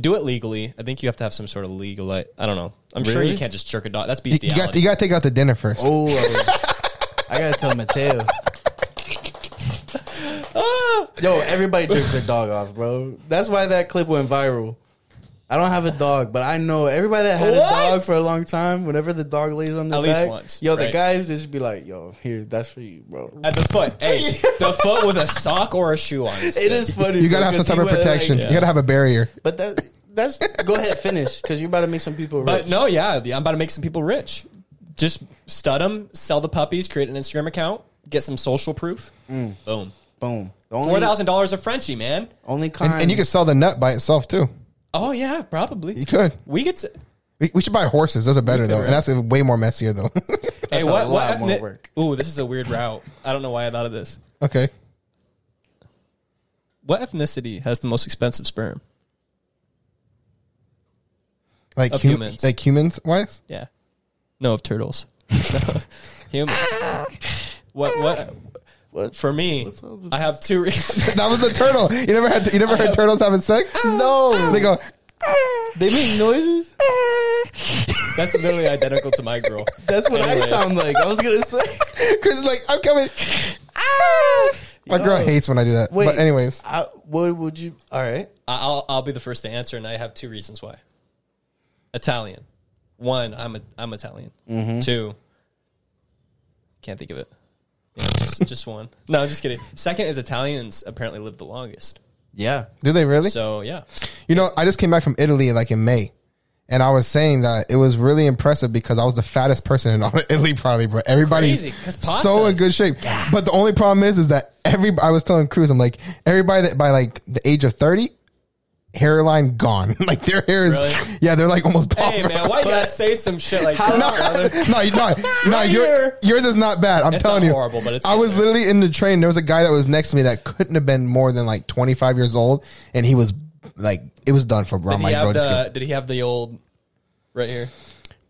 S4: Do it legally. I think you have to have some sort of legal. like, I don't know. I'm sure
S2: Really?
S4: you can't just jerk a dog. That's
S1: you, you got
S4: bestiality.
S1: you got to take out the dinner first.
S2: Oh, I, was- I gotta tell Mateo. Yo, everybody jerks their dog off, bro. That's why that clip went viral. I don't have a dog, but I know everybody that had
S4: What?
S2: a dog for a long time. Whenever the dog lays on the
S4: At
S2: back,
S4: least once,
S2: yo, the
S4: right.
S2: guys just be like, "Yo, here, that's for you, bro."
S4: at the foot.
S1: <laughs>
S4: Hey, the foot with a sock or a shoe on. It
S2: It is funny.
S1: You got to
S2: though,
S1: have some
S2: 'cause
S1: type
S2: he
S1: of
S2: went like-
S1: protection.
S4: Yeah.
S1: You got to have a barrier.
S2: But that that's go ahead finish because you're about to make some people rich.
S4: But no, yeah, the- I'm about to make some people rich. Just stud them, sell the puppies, create an Instagram account, get some social proof.
S2: Mm.
S4: Boom.
S2: Boom. The only,
S4: Four thousand dollars of Frenchie, man.
S2: Only kind.
S1: And, and you could sell the nut by itself too.
S4: Oh yeah, probably.
S1: You could.
S4: We could. s-
S1: We, we should buy horses. Those are better though, and that's way more messier though. <laughs>
S4: Hey,
S2: a lot
S4: what? What?
S2: more
S4: ethnic-
S2: work.
S4: Ooh, this is a weird route. I don't know why I thought of this.
S1: okay,
S4: What ethnicity has the most expensive sperm?
S1: like
S4: Of
S1: hum-
S4: humans.
S1: like humans wise.
S4: Yeah. No, of turtles. <laughs> No, Humans. what? What?
S2: What?
S4: For me,
S2: What's up with
S4: I have two. Re- <laughs>
S1: That was the turtle. You never had you never
S2: <laughs>
S1: heard turtles having sex.
S2: Ah, No.
S1: They go. "Ah."
S2: They make noises.
S4: That's literally identical to my girl.
S2: That's what
S4: Anyways.
S2: I sound like. I was gonna say.
S1: <laughs> Chris is like, I'm coming. My girl
S2: Ah. Yo.
S1: hates when I do that.
S2: Wait.
S1: But anyways,
S2: I, what would you? All right.
S4: I- I'll I'll be the first to answer, and I have two reasons why. Italian, one, I'm a, I'm Italian.
S2: Mm-hmm.
S4: Two, can't think of it. Yeah, just, just one. No, just kidding. Second is Italians apparently live the longest.
S2: Yeah.
S1: do they really?
S4: So yeah,
S1: You know, I just came back from Italy like in May, and I was saying that it was really impressive because I was the fattest person in all of Italy, probably, bro. Everybody's
S4: Crazy, 'cause pasta
S1: so in
S4: is-
S1: good shape. But the only problem is, is that every I was telling Cruz, I'm like everybody that by like the age of thirty. Hairline gone, <laughs> like their hair is,
S4: Really?
S1: yeah, they're like almost
S2: Oh,
S1: bald.
S4: hey man, why you gotta say some shit like
S1: <laughs>
S4: that?
S1: no,
S4: brother?
S1: no, you- no, no your,
S4: here.
S1: yours is not bad. I'm
S4: It's
S1: telling
S4: not
S1: you,
S4: horrible, but it's
S1: I
S4: not
S1: was
S4: bad.
S1: literally in the train. There was a guy that was next to me that couldn't have been more than like 25 years old, and he was like, it was done for bro.
S2: Oh
S4: Did
S1: I'm
S4: he,
S1: like, bro,
S4: have
S1: just
S4: the,
S1: give-
S4: did he have the old right here?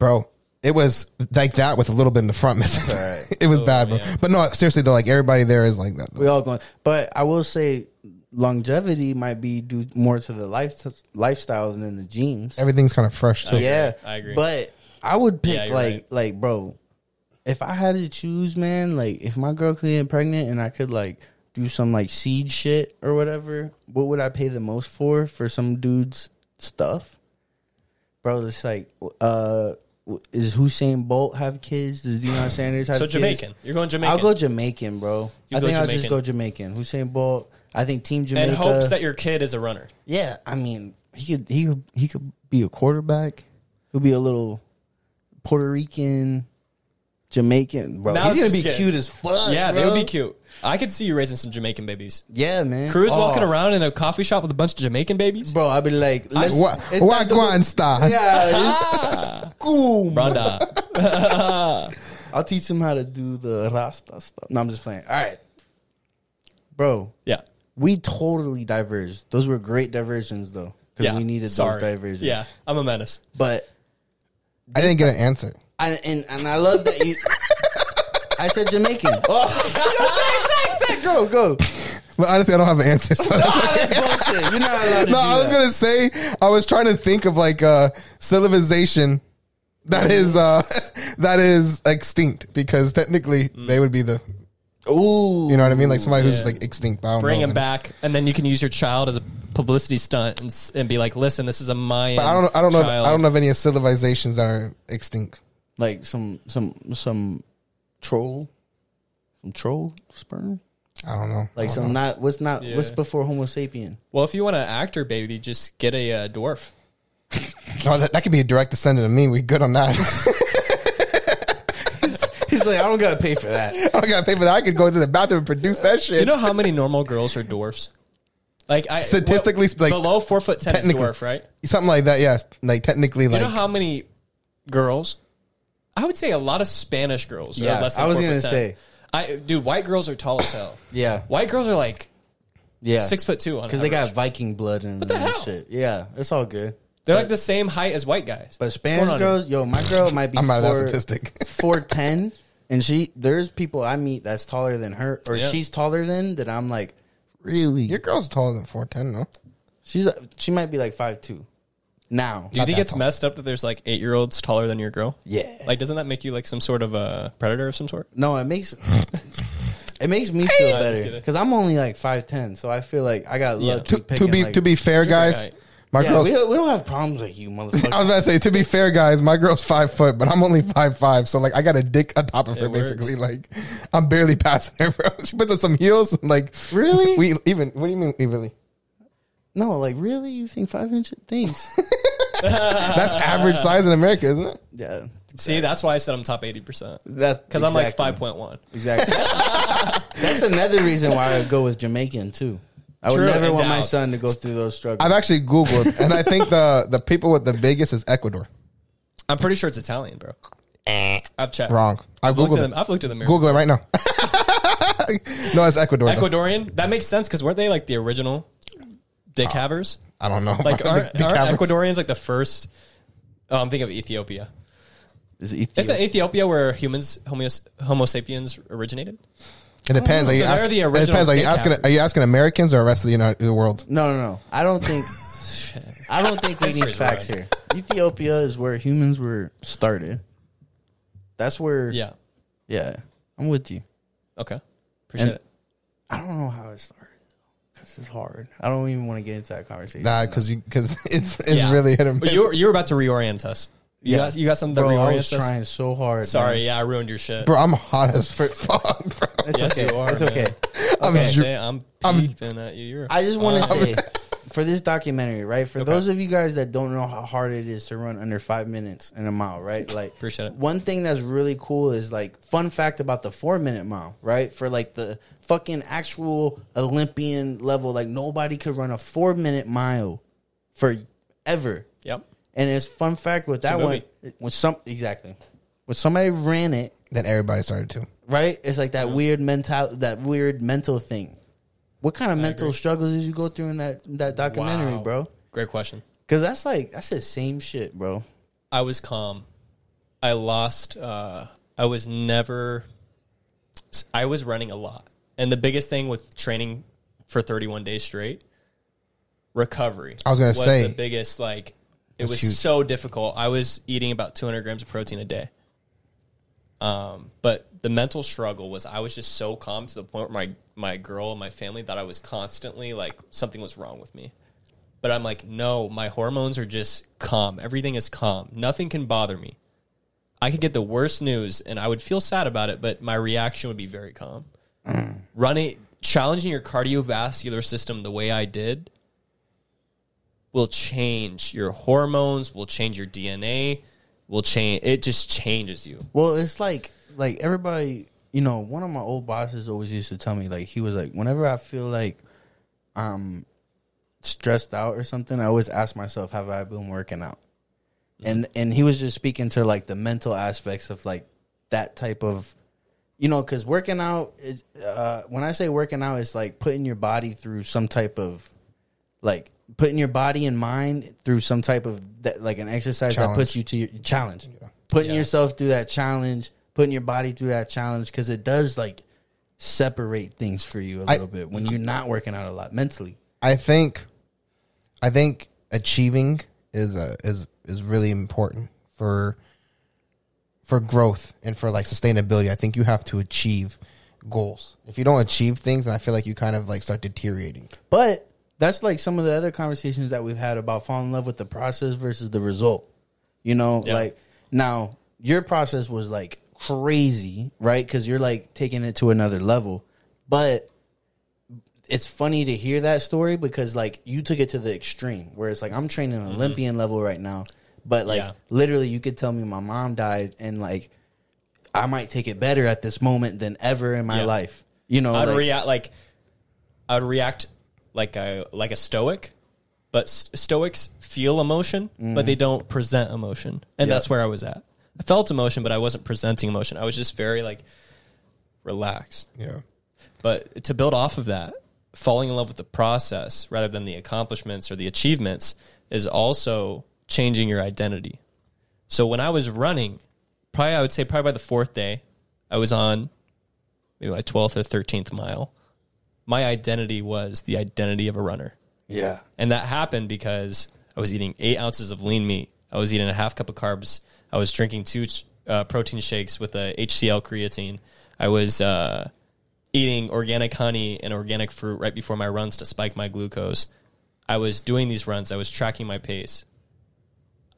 S1: bro, it was like that with a little bit in the front missing. <laughs> it was bad, bro.
S4: Oh, man.
S1: But no, seriously though, like everybody there is like that.
S2: We all going. But I will say, longevity might be due more to the life, lifestyle than the genes.
S1: Everything's kind of fresh too.
S2: yeah,
S4: I agree.
S2: But I would pick
S4: Yeah, you're
S2: like
S4: right.
S2: like bro, if I had to choose, man, like if my girl could get pregnant and I could like do some like seed shit or whatever, what would I pay the most for for some dude's stuff? Bro, it's like uh is Hussein Bolt have kids? Does Deion Sanders have
S4: So
S2: kids?
S4: Jamaican, you're going Jamaican.
S2: I'll go Jamaican, bro.
S4: You
S2: I
S4: go
S2: think I'll just
S4: Jamaican.
S2: go Jamaican. Hussein Bolt. I think Team Jamaica.
S4: and hopes that your kid is a runner.
S2: Yeah, I mean, he could he could, he could be a quarterback. He'll be a little Puerto Rican, Jamaican, bro.
S4: Now
S2: He's gonna
S4: it's
S2: be
S4: just getting-
S2: cute as fuck.
S4: Yeah,
S2: bro.
S4: they would be cute. I could see you raising some Jamaican babies.
S2: Yeah, man.
S4: Cruz
S2: Oh,
S4: walking around in a coffee shop with a bunch of Jamaican babies.
S2: bro. I'd be like, let's,
S1: Wha-
S2: it's like the-
S1: Wagwan star.
S2: <laughs>
S4: <laughs>
S2: Yeah, cool.
S4: Brother.
S2: <laughs> I'll teach him how to do the Rasta stuff. No, I'm just playing. All right, bro.
S4: Yeah.
S2: We totally diverged. Those were great diversions, though, because
S4: Yeah.
S2: we needed
S4: Sorry.
S2: those diversions.
S4: Yeah. I'm a menace.
S2: but
S1: I didn't get an answer.
S2: I, and and I love that <laughs> you. I said <laughs> Jamaican. Oh, Zach, Zach, Zach, go, go.
S1: But honestly, I don't have an answer. So
S4: <laughs>
S1: that's okay.
S2: That's <laughs> bullshit. You're not allowed to do
S1: No, I was
S2: that.
S1: gonna say I was trying to think of like a civilization that is uh <laughs> that is extinct because technically they would be the
S2: Ooh,
S1: you know what I mean like somebody who's
S4: Mm. Yeah.
S1: just like extinct. But I don't
S4: Bring
S1: know,
S4: him
S1: man.
S4: back, and then you can use your child as a publicity stunt and, s- and be like, listen, this is a Mayan.
S1: But I don't I don't know
S4: child.
S1: I don't know of any civilizations that are extinct.
S2: like some some some troll, some troll sperm.
S1: I don't know.
S2: Like
S1: I don't
S2: some not what's not what's
S4: Yeah.
S2: before Homo sapien.
S4: Well, if you want an actor baby, just get a uh, dwarf.
S1: know. Oh, that, that could be a direct descendant of me. We good on that.
S2: <laughs>
S1: <laughs>
S2: He's like, I don't gotta pay for that.
S1: I got paper that I could go to the bathroom and produce that shit.
S4: You know how many normal girls are dwarfs? Like I
S1: Statistically,
S4: well,
S1: like,
S4: below four foot ten is
S1: technically.
S4: dwarf, right?
S1: something like that. Yes, like technically,
S4: You
S1: like
S4: know how many girls? I would say a lot of Spanish girls
S2: Yeah,
S4: are less than
S2: I was
S4: 4'10".
S2: gonna say.
S4: I dude, white girls are tall as hell.
S2: Yeah.
S4: White girls are like
S2: Yeah.
S4: six foot two on
S2: Because they got Viking blood and,
S4: the
S2: and
S4: hell?
S2: shit. Yeah, it's all good.
S4: they're like the same height as white guys.
S2: But
S4: What's going
S2: Spanish
S4: on
S2: girls, yo, my girl might be
S1: I'm out of
S2: four-
S1: that statistic. <laughs>
S2: four ten, and she there's people I meet that's taller than her, or
S4: Yeah.
S2: she's taller than that. I'm like, really?
S1: Your girl's taller than four ten, no?
S2: she's she might be like five two now.
S4: here? Do you
S1: Not
S4: think
S1: that
S4: it's
S1: tall.
S4: messed up that there's like eight year olds taller than your girl?
S2: Yeah.
S4: Like, doesn't that make you like some sort of a predator of some sort?
S2: No, it
S4: <laughs>
S2: makes it makes me feel
S4: just
S2: better
S4: kidding.
S2: because I'm only like five ten, so I feel like I got
S4: Yeah.
S2: lucky.
S1: To, to
S2: picking,
S1: be
S2: like-
S1: to be fair, guys,
S4: right.
S1: my
S2: yeah,
S1: girl's.
S2: we don't, we don't have problems like you,
S1: <laughs> I was
S2: motherfucker.
S1: about to say to be fair, guys, my girl's five foot, but I'm only five five, so like I got a dick on top of her,
S4: works.
S1: basically. Like I'm barely passing her, bro. <laughs> She puts on some heels, and, like
S2: Really?
S1: We even. What do you mean we really?
S2: no, like really, you think five inches?
S1: <laughs>
S2: Thanks.
S1: That's average size in America, isn't it?
S2: yeah,
S4: See, that's why I said I'm top eighty percent because <laughs>
S2: that's
S4: I'm like
S2: exactly.
S4: five point one.
S2: Exactly. <laughs> That's another reason why I would go with Jamaican too. I would
S4: True,
S2: never
S4: and
S2: want my
S4: now-
S2: son to go through those struggles.
S1: I've actually googled, and I think the the people with the biggest is Ecuador.
S4: I'm pretty sure it's Italian, bro. I've checked.
S1: Wrong. I
S4: I've looked,
S1: googled
S4: at
S1: it.
S4: the, I've looked at the mirror.
S1: Google it right now. <laughs> no, it's Ecuador. though.
S4: Ecuadorian. That makes sense because weren't they like the original dick havers?
S1: I don't know.
S4: Like
S1: <laughs>
S4: aren't,
S1: The- the
S4: aren't
S1: caverns.
S4: Ecuadorians like the first? Oh, I'm thinking of Ethiopia.
S2: Is
S4: Isn't Ethiopia where humans Homo, Homo sapiens originated?
S1: It depends. Are you
S4: Oh, So they're
S1: asking?
S4: the
S1: it
S4: original
S1: depends. Are you
S4: dick
S1: asking?
S4: caverns.
S1: Are you asking Americans or the rest of the United the world?
S2: no, no, no. I don't
S4: <laughs>
S2: think. I don't think we need
S4: History's
S2: facts
S4: wrong.
S2: here. Ethiopia is where humans were started. That's where.
S4: Yeah.
S2: yeah. I'm with you.
S4: Okay. Appreciate
S2: And-
S4: it.
S2: I don't know how it started. This is hard. I don't even want to get into that conversation.
S1: Nah, because you because <laughs> it's it's
S4: Yeah.
S1: really hit and
S4: But
S1: miss.
S4: you're you're about to reorient us. You
S2: Yeah.
S4: got you got something to
S2: bro, I was
S4: reorient us.
S2: trying so hard.
S4: Sorry, yeah, I ruined your shit.
S1: bro, I'm hot as fuck,
S4: <laughs>
S1: bro.
S2: man. It's
S4: Yes,
S2: okay.
S4: you are,
S2: it's
S4: man.
S2: okay.
S1: <laughs> I'm
S4: Okay,
S1: dr-
S4: I'm
S1: I'm-
S4: peeping at you. You're Uh,
S2: I just
S4: <laughs>
S2: want to
S4: fine.
S2: say for this documentary, right? For those of you guys that don't know how hard it is to run under five minutes in a mile,
S4: <laughs>
S2: right? Like,
S4: Appreciate it.
S2: One thing that's really cool is like fun fact about the four minute mile, right? For like the fucking actual Olympian level, like nobody could run a four minute mile for ever.
S4: Yep.
S2: And it's fun fact with that
S4: a
S2: one, when some exactly when somebody ran it,
S1: Then everybody started to.
S2: right? It's like that weird mental, that weird mental thing. What kind of mental struggles did you go through in that that documentary,
S4: Wow.
S2: bro?
S4: Great question.
S2: Because that's like that's the same shit, bro.
S4: I was calm. I lost. Uh, I was never. I was running a lot, and the biggest thing with training for 31 days straight, recovery.
S1: I was gonna say-
S4: the biggest. Like it
S1: That's
S4: was
S1: huge.
S4: so difficult. I was eating about 200 grams of protein a day. Um, but the mental struggle was I was just so calm to the point where my my girl and my family thought I was constantly like something was wrong with me. But I'm like, no, my hormones are just calm. Everything is calm. Nothing can bother me. I could get the worst news and I would feel sad about it, but my reaction would be very calm. Running, challenging your cardiovascular system the way I did will change your hormones, will change your DNA, will change. It just changes you.
S2: Well, it's like like everybody, you know. One of my old bosses always used to tell me like he was like, whenever I feel like I'm stressed out or something, I always ask myself, have I been working out? And and he was just speaking to like the mental aspects of like that type of you know, because working out is uh, when I say working out, it's like putting your body through some type of like putting your body and mind through some type of that, like an exercise that
S1: Challenge.
S2: puts you to your challenge, putting yourself through that challenge, putting your body through that challenge, because it does like separate things for you a little bit when you're not working out a lot mentally.
S1: I think, I think achieving is a is is really important for for growth and for like sustainability. I think you have to achieve goals. If you don't achieve things, then I feel like you kind of like start deteriorating.
S2: But that's like some of the other conversations that we've had about falling in love with the process versus the result. You know,
S4: Yeah.
S2: like now your process was like crazy, right? Because you're like taking it to another level. But it's funny to hear that story because like you took it to the extreme where it's like I'm training Olympian level right now. But like
S4: Mm-hmm. Yeah.
S2: literally you could tell me my mom died and like I might take it better at this moment than ever in my
S4: Yeah.
S2: life. You know,
S4: I'd
S2: like-
S4: react like I'd react like a like a stoic, but s- stoics feel emotion, but they don't present emotion, and
S2: Yeah.
S4: that's where I was at. I felt emotion, but I wasn't presenting emotion. I was just very like relaxed.
S1: Yeah.
S4: But to build off of that, falling in love with the process rather than the accomplishments or the achievements is also changing your identity. So when I was running, probably I would say probably by the fourth day, I was on maybe my twelfth or thirteenth mile. My identity was the identity of a runner.
S2: Yeah.
S4: And that happened because I was eating eight ounces of lean meat. I was eating a half cup of carbs. I was drinking two uh, protein shakes with a HCL creatine. I was uh, eating organic honey and organic fruit right before my runs to spike my glucose. I was doing these runs. I was tracking my pace.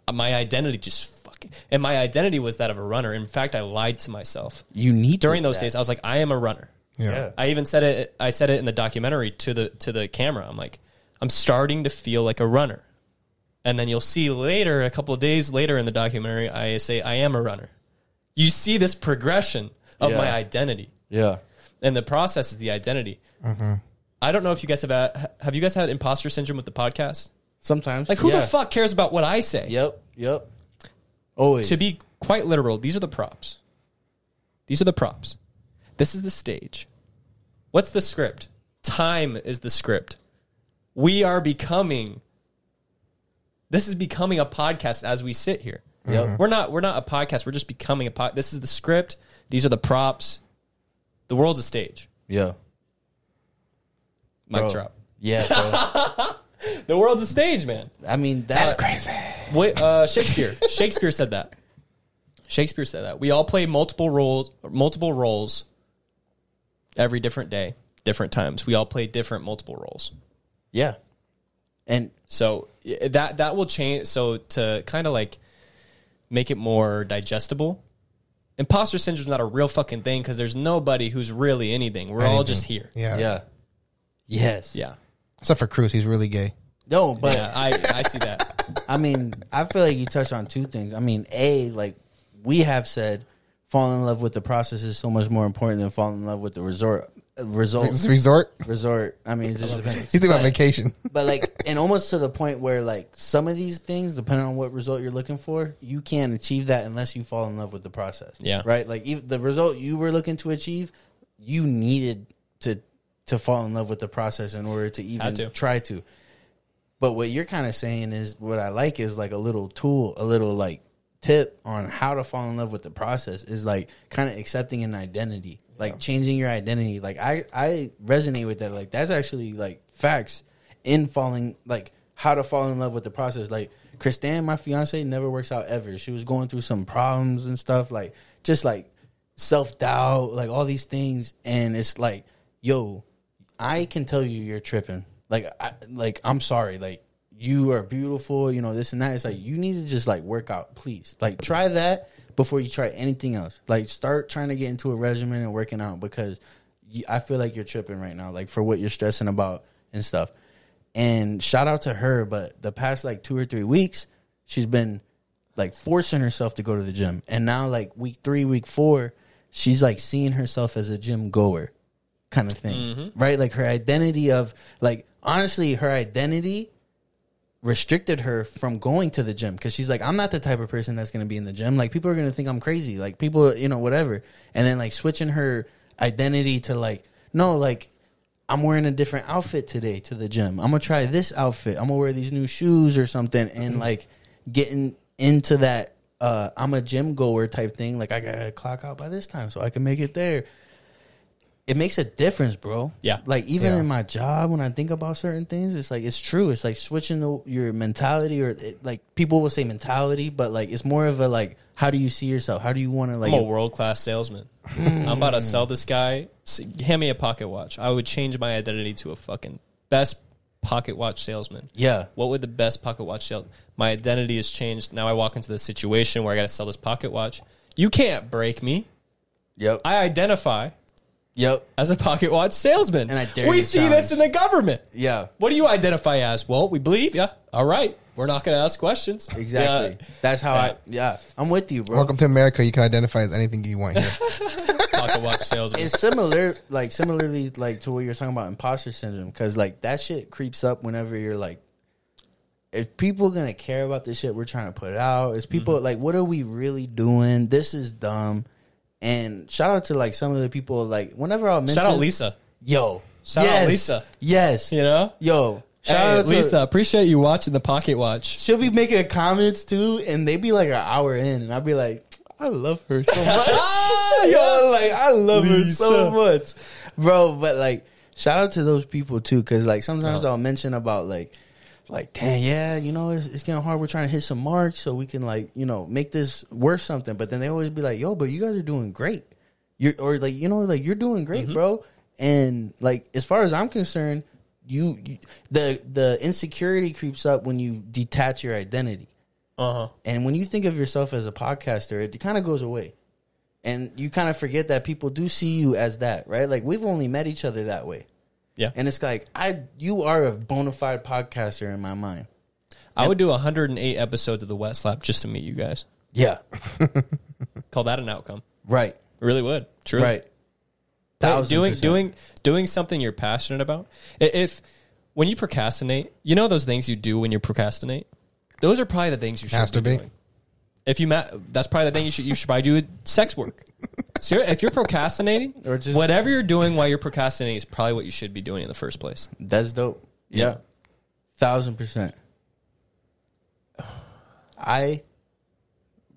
S4: Uh, My identity just fucking, and my identity was that of a runner. In fact, I lied to myself
S2: You need
S4: during those days. I was like, I am a runner.
S1: Yeah.
S2: Yeah.
S4: I even said it. I said it in the documentary to the to the camera. I'm like, I'm starting to feel like a runner, and then you'll see later, a couple of days later in the documentary, I say I am a runner. You see this progression of
S2: Yeah.
S4: my identity,
S2: Yeah.
S4: and the process is the identity.
S2: Mm-hmm.
S4: I don't know if you guys have had, have you guys had imposter syndrome with the podcast?
S2: Sometimes.
S4: Like, who
S2: Yeah.
S4: the fuck cares about what I say?
S2: Yep. Yep. Always.
S4: to be quite literal, these are the props. These are the props. This is the stage. What's the script? Time is the script. We are becoming. This is becoming a podcast as we sit here.
S2: Yep.
S4: We're not. We're not a podcast. We're just becoming a pod. This is the script. These are the props. The world's a stage.
S2: Yeah.
S4: Mic
S2: Bro.
S4: drop.
S2: Yeah.
S4: <laughs>
S2: Bro.
S4: The world's a stage, man.
S2: I mean, that's crazy.
S4: Wait, uh, Shakespeare. Shakespeare said that. Shakespeare said that we all play multiple roles, multiple roles, every different day, different times. We all play different multiple roles.
S2: Yeah. And
S4: So i- that that will change. So to kind of like make it more digestible, imposter syndrome's not a real fucking thing because there's nobody who's really anything. We're all just here.
S1: Yeah.
S2: yeah. Yes.
S4: Yeah.
S1: Except for Cruz, he's really gay.
S2: No, but
S4: Yeah, I, I see that.
S2: I mean, I feel like you touched on two things. I mean, a like we have said, falling in love with the process is so much more important than falling in love with the resort uh,
S1: This
S4: <laughs>
S2: results.
S1: resort.
S2: Resort. I mean, it just depends.
S1: He's thinking about vacation.
S2: But like, and almost to the point where like some of these things, depending on what result you're looking for, you can't achieve that unless you fall in love with the process.
S4: Yeah.
S2: Right. Like even the result you were looking to achieve, you needed to to fall in love with the process in order to even
S4: Had to.
S2: try to. But what you're kind of saying is what I like is like a little tool, a little like tip on how to fall in love with the process is like kind of accepting an identity, like changing your identity. Like I I resonate with that. Like that's actually like facts in falling like how to fall in love with the process. Like Christine, my fiance, never works out ever. She was going through some problems and stuff like just like self doubt, like all these things, and it's like, yo, I can tell you you're tripping. Like, I, like I'm sorry. Like you are beautiful. You know this and that. It's like you need to just like work out, please. Like try that before you try anything else. Like start trying to get into a regimen and working out because you, I feel like you're tripping right now. Like for what you're stressing about and stuff. And shout out to her, but the past like two or three weeks, she's been like forcing herself to go to the gym. And now like week three, week four, she's like seeing herself as a gym goer kind of thing. Right? Like her identity of like honestly, her identity restricted her from going to the gym because she's like, I'm not the type of person that's going to be in the gym. Like, people are going to think I'm crazy. Like, people, you know, whatever. And then, like, switching her identity to, like, no, like, I'm wearing a different outfit today to the gym. I'm going to try this outfit. I'm going to wear these new shoes or something. And, like, getting into that, uh, I'm a gym goer type thing. Like, I got to clock out by this time so I can make it there. It makes a difference, bro.
S4: Yeah.
S2: Like, even
S1: Yeah.
S2: in my job when I think about certain things, it's like it's true. It's like switching the, your mentality, or it, like people will say mentality, but like it's more of a like how do you see yourself? How do you want to like?
S4: I'm a world class salesman. I'm about to sell this guy. S- Hand me a pocket watch. I would change my identity to a fucking best pocket watch salesman.
S2: yeah,
S4: What would the best pocket watch sell? My identity has changed. Now I walk into the situation where I got to sell this pocket watch. You can't break me.
S2: yep,
S4: I identify
S2: yep,
S4: as a pocket watch salesman.
S2: And I dare
S4: we
S2: you to
S4: see this
S2: challenge.
S4: in the government.
S2: yeah,
S4: What do you identify as? Well, we believe you. All right. We're not going to ask questions.
S2: exactly.
S4: Yeah.
S2: That's how
S4: Yeah.
S2: I. Yeah, I'm with you, bro.
S4: <laughs>
S1: Welcome to America. You can identify as anything you want here.
S4: pocket watch
S2: <laughs>
S4: salesman.
S2: it's similar, like similarly, like to what you're talking about imposter syndrome, because like that shit creeps up whenever you're like, if people gonna care about the shit we're trying to put out, is people
S4: Mm-hmm.
S2: like, what are we really doing? This is dumb. And shout out to like some of the people like whenever I'll mention
S4: Shout out Lisa.
S2: yo,
S4: Shout out
S2: yes,
S4: Lisa.
S2: yes,
S4: You know,
S2: yo, shout
S4: Hey,
S2: out to
S4: Lisa. appreciate you watching the pocket watch.
S2: She'll be making comments too, and they be like an hour in, and I'll be like, I love her so
S4: <laughs>
S2: much. <laughs>
S4: Ah,
S2: Yo, like I love her so
S4: Lisa.
S2: much, bro. But like, shout out to those people too, because like sometimes I'll mention about like, like, damn, yeah, you know, it's, it's getting hard. We're trying to hit some marks so we can like, you know, make this worth something. But then they always be like, yo, but you guys are doing great. You're or like, you know, like you're doing great, bro. And like, as far as I'm concerned, you, you the the insecurity creeps up when you detach your identity.
S4: Uh huh.
S2: And when you think of yourself as a podcaster, it kind of goes away. And you kind of forget that people do see you as that, right? Like we've only met each other that way.
S4: Yeah.
S2: And it's like I you are a bona fide podcaster in my mind.
S4: I would do 108 episodes of the Wet Slap just to meet you guys.
S2: Yeah.
S4: Call that an outcome.
S2: Right.
S4: Really would. True.
S2: Right.
S4: But
S2: Thousand
S4: doing
S2: percent.
S4: doing doing something you're passionate about. I- If when you procrastinate, you know those things you do when you procrastinate. Those are probably the things you should be
S1: Masturbate.
S4: doing. If you ma- that's probably the thing you should you should probably do sex work. So you're- if you're procrastinating,
S2: Or
S4: or
S2: just-
S4: just whatever you're doing while you're procrastinating is probably what you should be doing in the first place.
S2: That's dope. Yeah.
S4: Yeah.
S2: Thousand percent. I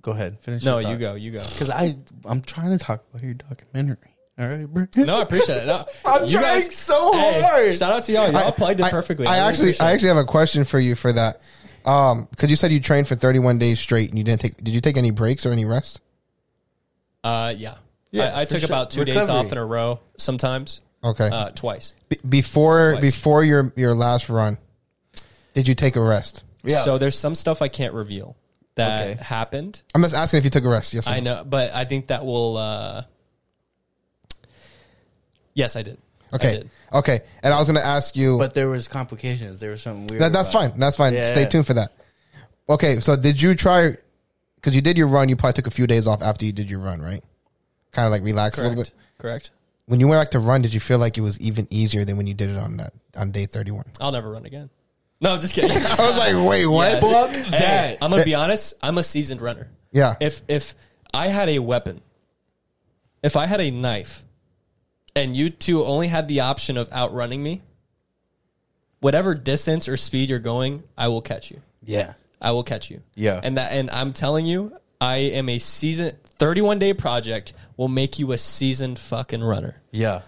S2: go ahead, finish.
S4: No, you go, you go.
S2: Because I I'm trying to talk about your documentary. All right, bro.
S4: No, I appreciate it. No,
S2: <laughs> I'm
S4: you
S2: trying so hard.
S4: Shout out to y'all. Y'all played it
S1: I-
S4: perfectly.
S1: I,
S4: really
S1: actually,
S4: appreciate
S1: I
S4: it.
S1: actually have a question for you for that. Um, because you said you trained for 31 days straight and you didn't take. Did you take any breaks or any rest?
S4: uh, yeah,
S2: Yeah,
S4: I, I
S2: for
S4: took
S2: sure.
S4: about two days
S2: Recovery.
S4: off in a row. Sometimes,
S1: Okay.
S4: uh, twice.
S1: B- before
S4: twice.
S1: before your your last run, did you take a rest?
S2: Yeah.
S4: So there's some stuff I can't reveal that
S2: Okay.
S4: happened.
S1: I'm just asking if you took a rest. Yes. or
S4: I
S1: no.
S4: know, but I think that will. Uh, yes, I did. I
S1: Okay.
S4: did.
S1: Okay. And I was going to ask you.
S2: But there was complications. There was something weird.
S1: That, that's
S2: about it.
S1: fine. That's fine.
S2: Yeah,
S1: Stay
S2: yeah.
S1: tuned for that. Okay, so did you try? Because you did your run, you probably took a few days off after you did your run, right? Kind of like relax a little bit.
S4: Correct. Correct.
S1: When you went back to run, did you feel like it was even easier than when you did it on that on day thirty one?
S4: I'll never run again. No, I'm
S1: <laughs>
S4: just kidding.
S1: I was like, wait, what?
S2: Fuck
S4: Hey,
S2: that.
S4: I'm gonna be honest. I'm a seasoned runner.
S1: Yeah.
S4: If if I had a weapon, if I had a knife, and you two only had the option of outrunning me, whatever distance or speed you're going, I will catch you.
S2: Yeah.
S4: I will catch you.
S2: Yeah.
S4: And that and I'm telling you, I am a season 31 day project will make you a seasoned fucking runner.
S2: Yeah.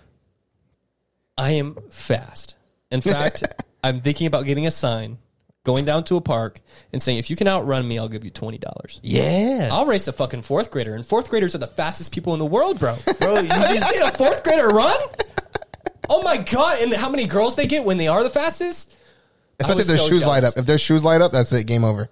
S4: I am fast. In fact, I'm thinking about getting a sign, going down to a park and saying if you can outrun me, I'll give you $20.
S2: Yeah.
S4: I'll race a fucking fourth grader, and fourth graders are the fastest people in the world, bro.
S2: Bro,
S4: <laughs>
S2: you
S4: Have you
S2: just-
S4: seen a fourth grader run? Oh my god! And how many girls they get when they are the fastest?
S1: Especially if
S4: was
S1: their
S4: so
S1: shoes light
S4: jealous.
S1: up. If their shoes light up, that's it. Game over.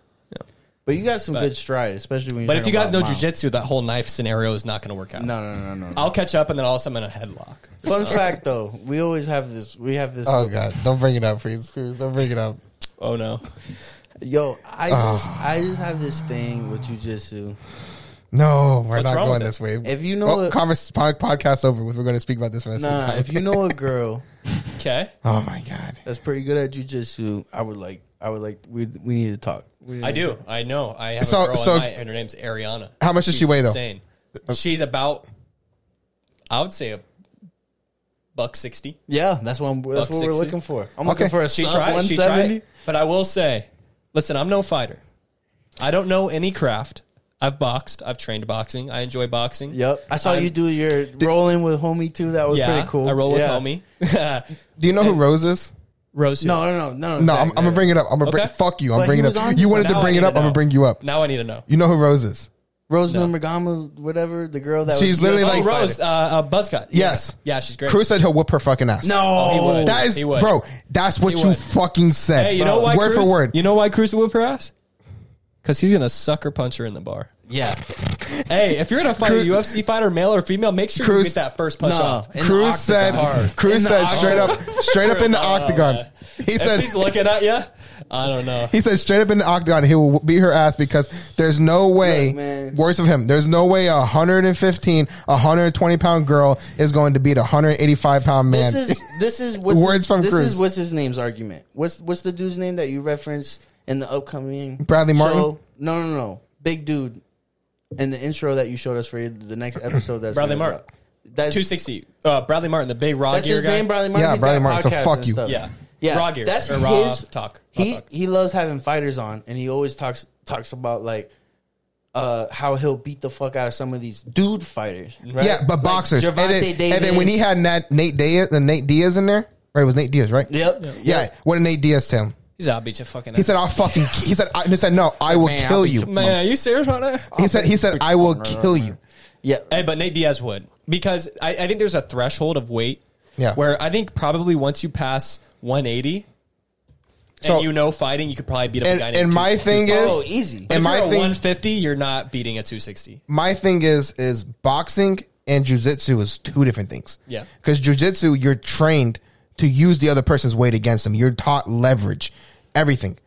S2: But you got some good stride, especially when you're
S4: But if you
S2: talking
S4: guys know
S2: about mile.
S4: jujitsu, that whole knife scenario is not going to work out.
S2: No, no, no, no. no.
S4: <laughs> I'll catch up, and then all of a sudden I'm in a headlock.
S2: Fun fact though, we always have this we have this
S4: Uh,
S1: Oh god, don't bring it up, please. Please, Don't bring it up.
S4: Oh no! <laughs>
S2: yo, I
S4: uh.
S2: just I just have this thing with jujitsu.
S1: No, we're
S4: What's
S1: not
S4: wrong
S1: going
S4: with
S1: this way.
S2: If you know
S1: oh,
S2: it-
S1: converse, pod- podcast over with. We're going to speak about this for the rest of the
S2: Nah,
S1: time.
S2: if you
S4: <laughs>
S2: know a girl
S4: Okay,
S1: <laughs> oh my god.
S2: that's pretty good at jujitsu, I would like I would like we we need to talk. We need
S4: I
S2: to-
S4: do. I know. I have
S1: So-
S4: a girl
S1: so-
S4: in my, and her name's Ariana.
S1: How much does she
S4: She's
S1: weigh, though? Uh,
S4: Insane. She's about, I would say, a buck sixty.
S2: Yeah, that's what I'm, that's
S4: Buck
S2: what we're
S4: 60.
S2: looking for.
S1: Okay.
S2: I'm looking for a
S4: She
S2: sub
S4: tried. She
S2: 170.
S4: tried. But I will say, listen, I'm no fighter. I don't know any craft. I've boxed. I've trained boxing. I enjoy boxing.
S2: Yep. I saw
S4: I'm-
S2: you do your rolling with homie too. That was
S4: Yeah,
S2: pretty cool.
S4: I roll with
S2: Yeah.
S4: homie. <laughs>
S1: Do you know who Rose is?
S4: Rose. who?
S2: No, no, no, no,
S1: No, I'm, I'm gonna bring it up. I'm gonna bring,
S4: Okay.
S1: fuck you. I'm
S2: But
S1: bringing
S2: he
S1: it
S2: was
S1: up.
S2: on
S1: You
S2: this-
S1: wanted
S4: Now
S1: to
S4: I
S1: bring
S4: need
S1: it
S4: to
S1: up. I'm
S4: know.
S1: gonna bring you up.
S4: Now I need to know.
S1: You know who Rose is?
S2: Rose Numbergama, whatever the girl that
S1: She's
S2: was
S1: literally
S2: Oh,
S1: like-
S4: Oh, Rose, uh, uh, Buzzcut.
S1: Yes.
S4: Yeah, she's great.
S1: Cruz said he'll whip her fucking ass.
S2: No,
S4: Oh, he would.
S1: that is
S4: He would.
S1: bro. That's what
S4: He
S1: you
S4: would.
S1: fucking said.
S4: Hey, you know why?
S1: Word
S4: Cruz-
S1: for word.
S4: You know why Cruz would whip her ass? Because he's gonna sucker punch her in the bar.
S2: yeah.
S4: Hey, if you're gonna fight
S1: Cruz-
S4: a UFC fighter, male or female, make sure you
S1: Cruz-
S4: get that first punch
S2: No.
S4: off.
S2: In the
S1: Cruz said,
S2: octagon.
S1: Cruz
S2: In the
S1: said straight up, straight up in the
S4: I don't know,
S1: octagon.
S4: man.
S1: He
S4: uh, if
S1: said,
S4: she's looking at you, I don't know.
S1: he said straight up in the octagon, he will beat her ass because there's no way,
S2: Look, man.
S1: worse of him, there's no way a 115, 120 pound girl is going to beat a 185 pound man.
S2: This is this is
S1: <laughs>
S2: what's
S1: Words from
S2: this
S1: Cruz.
S2: is what's his name's argument. What's what's the dude's name that you reference in the upcoming
S1: Bradley Martin?
S2: show? No, no, no, big dude. In the intro that you showed us for the next episode, that's
S4: Bradley
S2: gonna
S4: Martin.
S2: drop. That's,
S4: 260. Uh, Bradley Martin, the big raw
S2: that's
S4: gear
S2: his
S4: guy.
S2: name, Bradley Martin.
S1: Yeah,
S2: He's
S1: Bradley
S2: got
S1: Martin, so
S2: podcasts
S1: fuck
S2: and
S1: you.
S2: stuff.
S4: Yeah.
S2: yeah,
S4: Raw gear,
S2: That's
S4: or raw
S2: his
S4: talk, raw
S2: He
S4: talk.
S2: he loves having fighters on, and he always talks talks about like uh, how he'll beat the fuck out of some of these dude fighters. Right?
S1: Yeah, but
S2: Like
S1: boxers. And then,
S2: Gervonta
S1: and then when he
S2: Davis.
S1: had Nat, Nate Diaz, the Nate Diaz in there, right? It was Nate Diaz, right?
S2: yep,
S1: Yeah. What did Nate Diaz tell him?
S4: He's out, beat your fucking.
S1: He said, "I'll fucking." He said, I, "He said no, I will
S2: Man, I'll
S1: kill
S2: beat
S1: you."
S2: your
S4: man, are you serious right now?
S1: He said, "He said I will kill you."
S2: yeah,
S4: Hey, but Nate Diaz would because I, I think there's a threshold of weight.
S1: Yeah.
S4: Where I think probably once you pass 180,
S1: So-
S4: and you know fighting, you could probably beat up
S1: And,
S4: a guy.
S1: and my thing is,
S2: Oh, easy.
S1: And
S4: if
S1: my
S4: you're a
S1: thing,
S4: 150, you're not beating a 260.
S1: my thing is, is boxing and jujitsu is two different things.
S4: Yeah.
S1: Because jujitsu, you're trained to use the other person's weight against them. You're taught leverage, everything.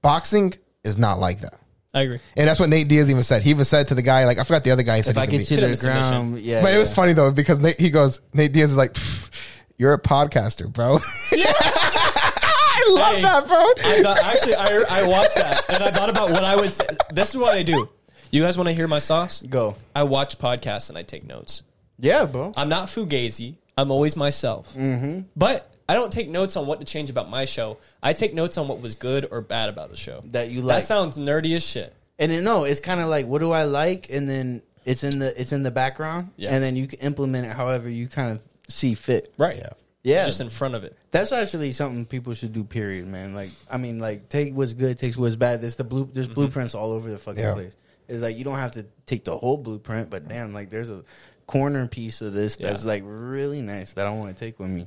S1: Boxing is not like that.
S4: I agree.
S1: And that's what Nate Diaz even said. He even said to the guy, like I forgot the other guy. He said,
S2: If
S1: he
S2: I
S1: could
S2: get
S1: beat.
S2: you to the
S4: Hit him with
S2: ground, yeah.
S1: But it was
S2: yeah.
S1: funny though because Nate, he goes, Nate Diaz is like, "Pfft, "You're a podcaster, bro." <laughs> I love
S4: Hey,
S1: that, bro.
S4: I thought, actually, I, I watched that and I thought about what I would. Say. This is what I do. You guys want to hear my sauce?
S2: Go.
S4: I watch podcasts and I take notes.
S2: Yeah, bro.
S4: I'm not fugazi. I'm always myself. Mm-hmm. But I don't take notes on what to change about my show. I take notes on what was good or bad about the show.
S2: That you
S4: That
S2: like.
S4: sounds nerdy as shit.
S2: and then, no, it's kind of like, what do I like? And then it's in the it's in the background,
S4: Yeah.
S2: and then you can implement it however you kind of see fit.
S4: Right.
S1: Yeah.
S2: Yeah,
S4: Just in front of it.
S2: that's actually something people should do. Period, man. Like, I mean, like, take what's good, take what's bad. There's the blue,
S4: Mm-hmm.
S2: there's blueprints all over the fucking
S1: Yeah.
S2: place. It's like you don't have to take the whole blueprint, but damn, like, there's a corner piece of this that's
S4: Yeah.
S2: like really nice that I want to take with me.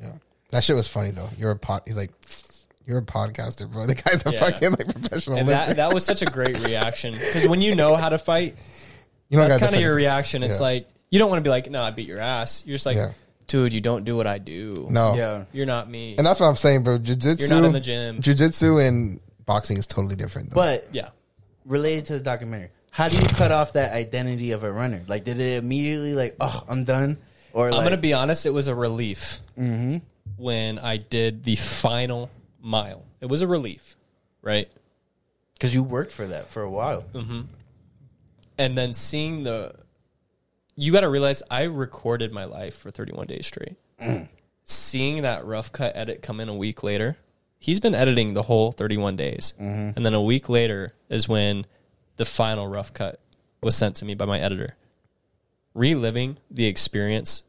S1: That shit was funny though. You're a pod. He's like, "You're a podcaster, bro." The guy's a
S4: Yeah.
S1: fucking like professional.
S4: And
S1: lifter.
S4: that, that was such a great reaction. Because when you know how to fight,
S1: you don't
S4: that's
S1: gotta
S4: kind of your
S1: defend yourself.
S4: reaction. It's
S1: Yeah.
S4: like, you don't want to be like, no, I beat your ass. You're just like,
S1: Yeah.
S4: dude, you don't do what I do.
S1: no,
S2: Yeah.
S4: You're not me.
S1: and that's what I'm saying, bro. Jujitsu,
S4: You're not in the gym.
S1: Jujitsu and boxing is totally different. Though.
S2: But
S4: yeah.
S2: related to the documentary, how do you cut off that identity of a runner? Like, did it immediately like, oh, I'm done? Or like,
S4: I'm gonna be honest. It was a relief when I did the final mile. It was a relief, right?
S2: because you worked for that for a while.
S4: And then seeing the, you got to realize I recorded my life for 31 days straight. Seeing that rough cut edit come in a week later, he's been editing the whole 31 days, and then a week later is when the final rough cut was sent to me by my editor. Reliving the experience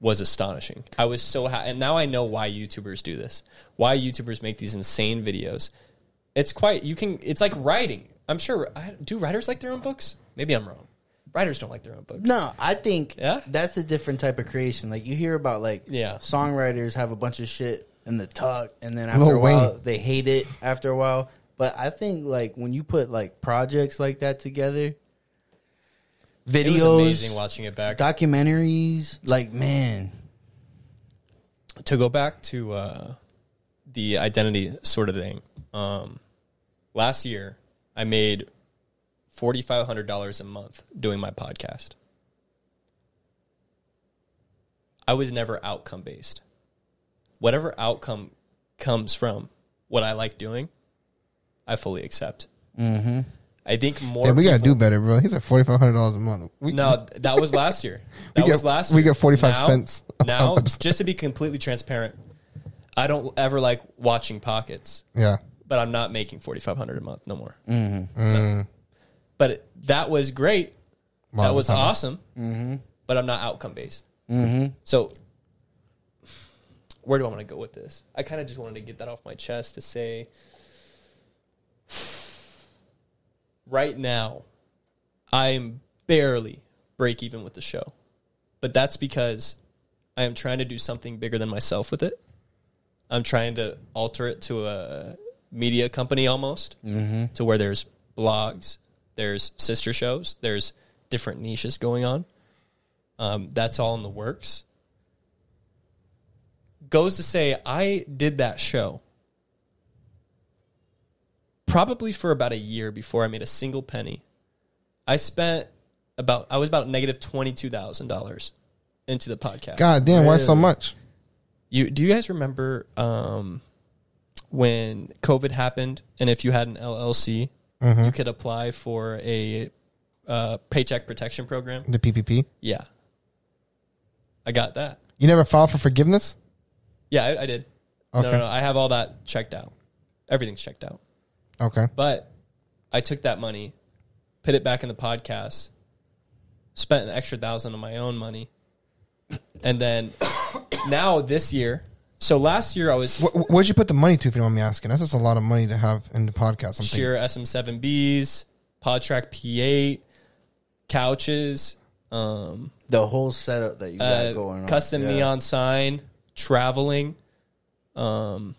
S4: was astonishing. I was so happy. And now I know why YouTubers do this, why YouTubers make these insane videos. It's quite, you can, it's like writing. I'm sure, I, do writers like their own books? Maybe I'm wrong. Writers don't like their own books.
S2: No, I think
S4: Yeah?
S2: that's a different type of creation. Like you hear about like
S4: Yeah.
S2: songwriters have a bunch of shit in the tuck and then after
S1: Lil
S2: a while
S1: Wayne.
S2: they hate it after a while. But I think like when you put like projects like that together,
S4: It was
S2: videos,
S4: amazing watching it back.
S2: documentaries, like man,
S4: to go back to uh, the identity sort of thing, um, last year I made forty five hundred dollars a month doing my podcast. I was never outcome based. Whatever outcome comes from what I like doing, I fully accept. Mm-hmm. I think more.
S1: Yeah, we gotta do
S4: people-
S1: better, bro. He's at forty five hundred dollars a month. We,
S4: no, that was last year. That
S1: get-
S4: was last
S1: <laughs> we
S4: year.
S1: get 45 cents on
S4: Now,
S1: our website.
S4: just to be completely transparent, I don't ever like watching pockets,
S1: yeah,
S4: but I'm not making 4500 a month no more. No. But it- that was great.
S1: Wow,
S4: that was
S1: that's not bad.
S4: awesome. But I'm not outcome based. So, where do I want to go with this? I kind of just wanted to get that off my chest to say right now, I'm barely break even with the show. But that's because I am trying to do something bigger than myself with it. I'm trying to alter it to a media company almost, to where there's blogs, There's sister shows. There's different niches going on. Um, that's all in the works. Goes to say, I did that show probably for about a year before I made a single penny. I spent about I was about negative twenty two thousand dollars into the podcast.
S1: God damn, why so much?
S4: You do you guys remember um, when COVID happened, and if you had an LLC, you could apply for a uh, paycheck protection program.
S1: The PPP.
S4: Yeah, I got that.
S1: You never filed for forgiveness?
S4: Yeah, I, I did. No,
S1: Okay.
S4: no, no, I have all that checked out. Everything's checked out.
S1: Okay.
S4: But I took that money, put it back in the podcast, spent an extra thousand of my own money, and then <coughs> now this year. So last year I was
S1: Wh- wh- where'd you put the money to, if you don't mind me asking? That's just a lot of money to have in the podcast. I'm thinking.
S4: Sheer SM7Bs, Podtrack P8, couches, um,
S2: The whole setup that you got
S4: uh,
S2: going on.
S4: custom
S2: Yeah.
S4: neon sign, traveling, um,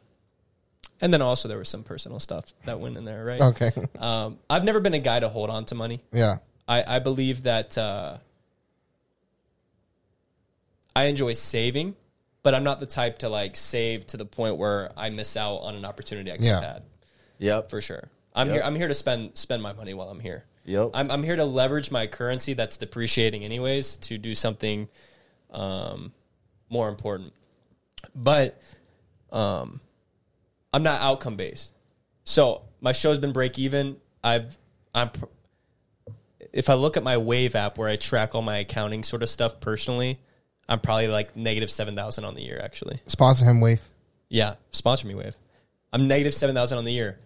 S4: and then also there was some personal stuff that went in there, right?
S1: Okay. <laughs>
S4: Um, I've never been a guy to hold on to money.
S1: yeah.
S4: I, I believe that uh, I enjoy saving, but I'm not the type to like save to the point where I miss out on an opportunity I could
S1: Yeah.
S4: have had
S2: Yep.
S4: for sure. I'm here. I'm here to spend spend my money while I'm here.
S2: Yep.
S4: I'm I'm here to leverage my currency that's depreciating anyways to do something um, more important. But um, I'm not outcome based. So my show's been break even. I've I'm pr- if I look at my Wave app where I track all my accounting sort of stuff personally, I'm probably like negative seven thousand on the year actually.
S1: Sponsor him, Wave.
S4: Yeah, sponsor me, Wave. I'm negative seven thousand on the year.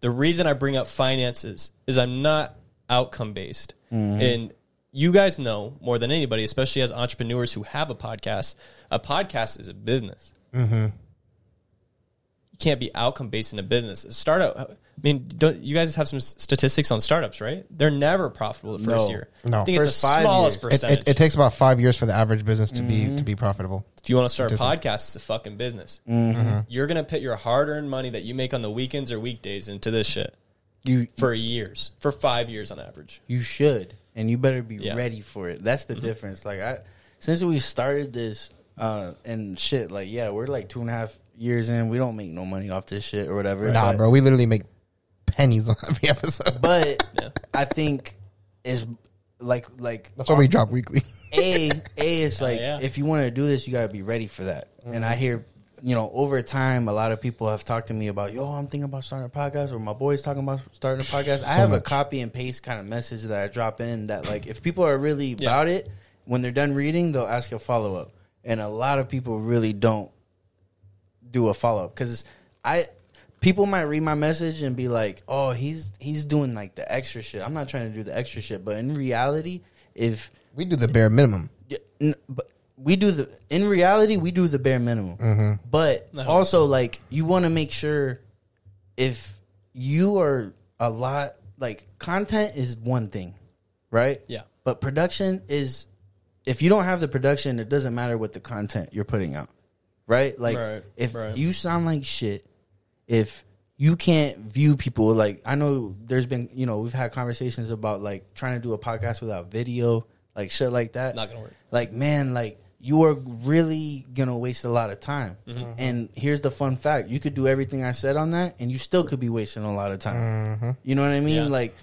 S4: The reason I bring up finances is I'm not outcome based,
S1: Mm-hmm.
S4: and you guys know more than anybody, especially as entrepreneurs who have a podcast. A podcast is a business.
S1: Mm-hmm.
S4: You can't be outcome based in a business. A startup. I mean, don't you guys have some s- statistics on startups? Right? They're never profitable the first
S2: No.
S4: year.
S1: No.
S4: I think it's
S2: First
S4: the
S2: five years.
S4: smallest
S1: It,
S4: percentage. Mm-hmm.
S1: it, it takes about five years for the average business to be to be profitable.
S4: If you want to start a
S1: doesn't.
S4: podcast, it's a fucking business.
S2: Mm-hmm.
S4: You're gonna put your hard-earned money that you make on the weekends or weekdays into this shit
S2: You
S4: for years, for five years on average.
S2: you should and you better be
S4: Yeah. Mm-hmm.
S2: ready for it that's the difference like i since we started this uh and shit like yeah we're like two and a half years in we don't make no money off this shit or whatever
S1: Nah,
S2: but,
S1: bro, we literally make pennies on <laughs> every episode.
S2: but
S4: Yeah.
S2: i think is like like
S1: That's why we drop weekly. <laughs>
S2: a a is like
S4: yeah.
S2: if you want to do this, you got to be ready for that. And I hear, you know, over time, a lot of people have talked to me about, yo, I'm thinking about starting a podcast, or my boy's talking about starting a podcast. I have a copy and paste kind of message that I drop in that, like, if people are really about it, when they're done reading, they'll ask a follow up. And a lot of people really don't do a follow up because I people might read my message and be like, "Oh, he's he's doing like the extra shit." I'm not trying to do the extra shit, but in reality, if
S1: We do the bare minimum.
S2: yeah, n- but we do the in reality we do the bare minimum. But
S4: No.
S2: also like you want to make sure if you are a lot like content is one thing, right?
S4: Yeah.
S2: But production is if you don't have the production, it doesn't matter what the content you're putting out. Right? Like
S4: Right,
S2: if
S4: right.
S2: you sound like shit, if you can't view people like I know there's been, you know, we've had conversations about like trying to do a podcast without video, like shit like that
S4: Not gonna work.
S2: like man like you are really gonna waste a lot of time
S4: Mm-hmm.
S2: and here's the fun fact you could do everything i said on that and you still could be wasting a lot of time you know what i mean
S4: Yeah.
S2: like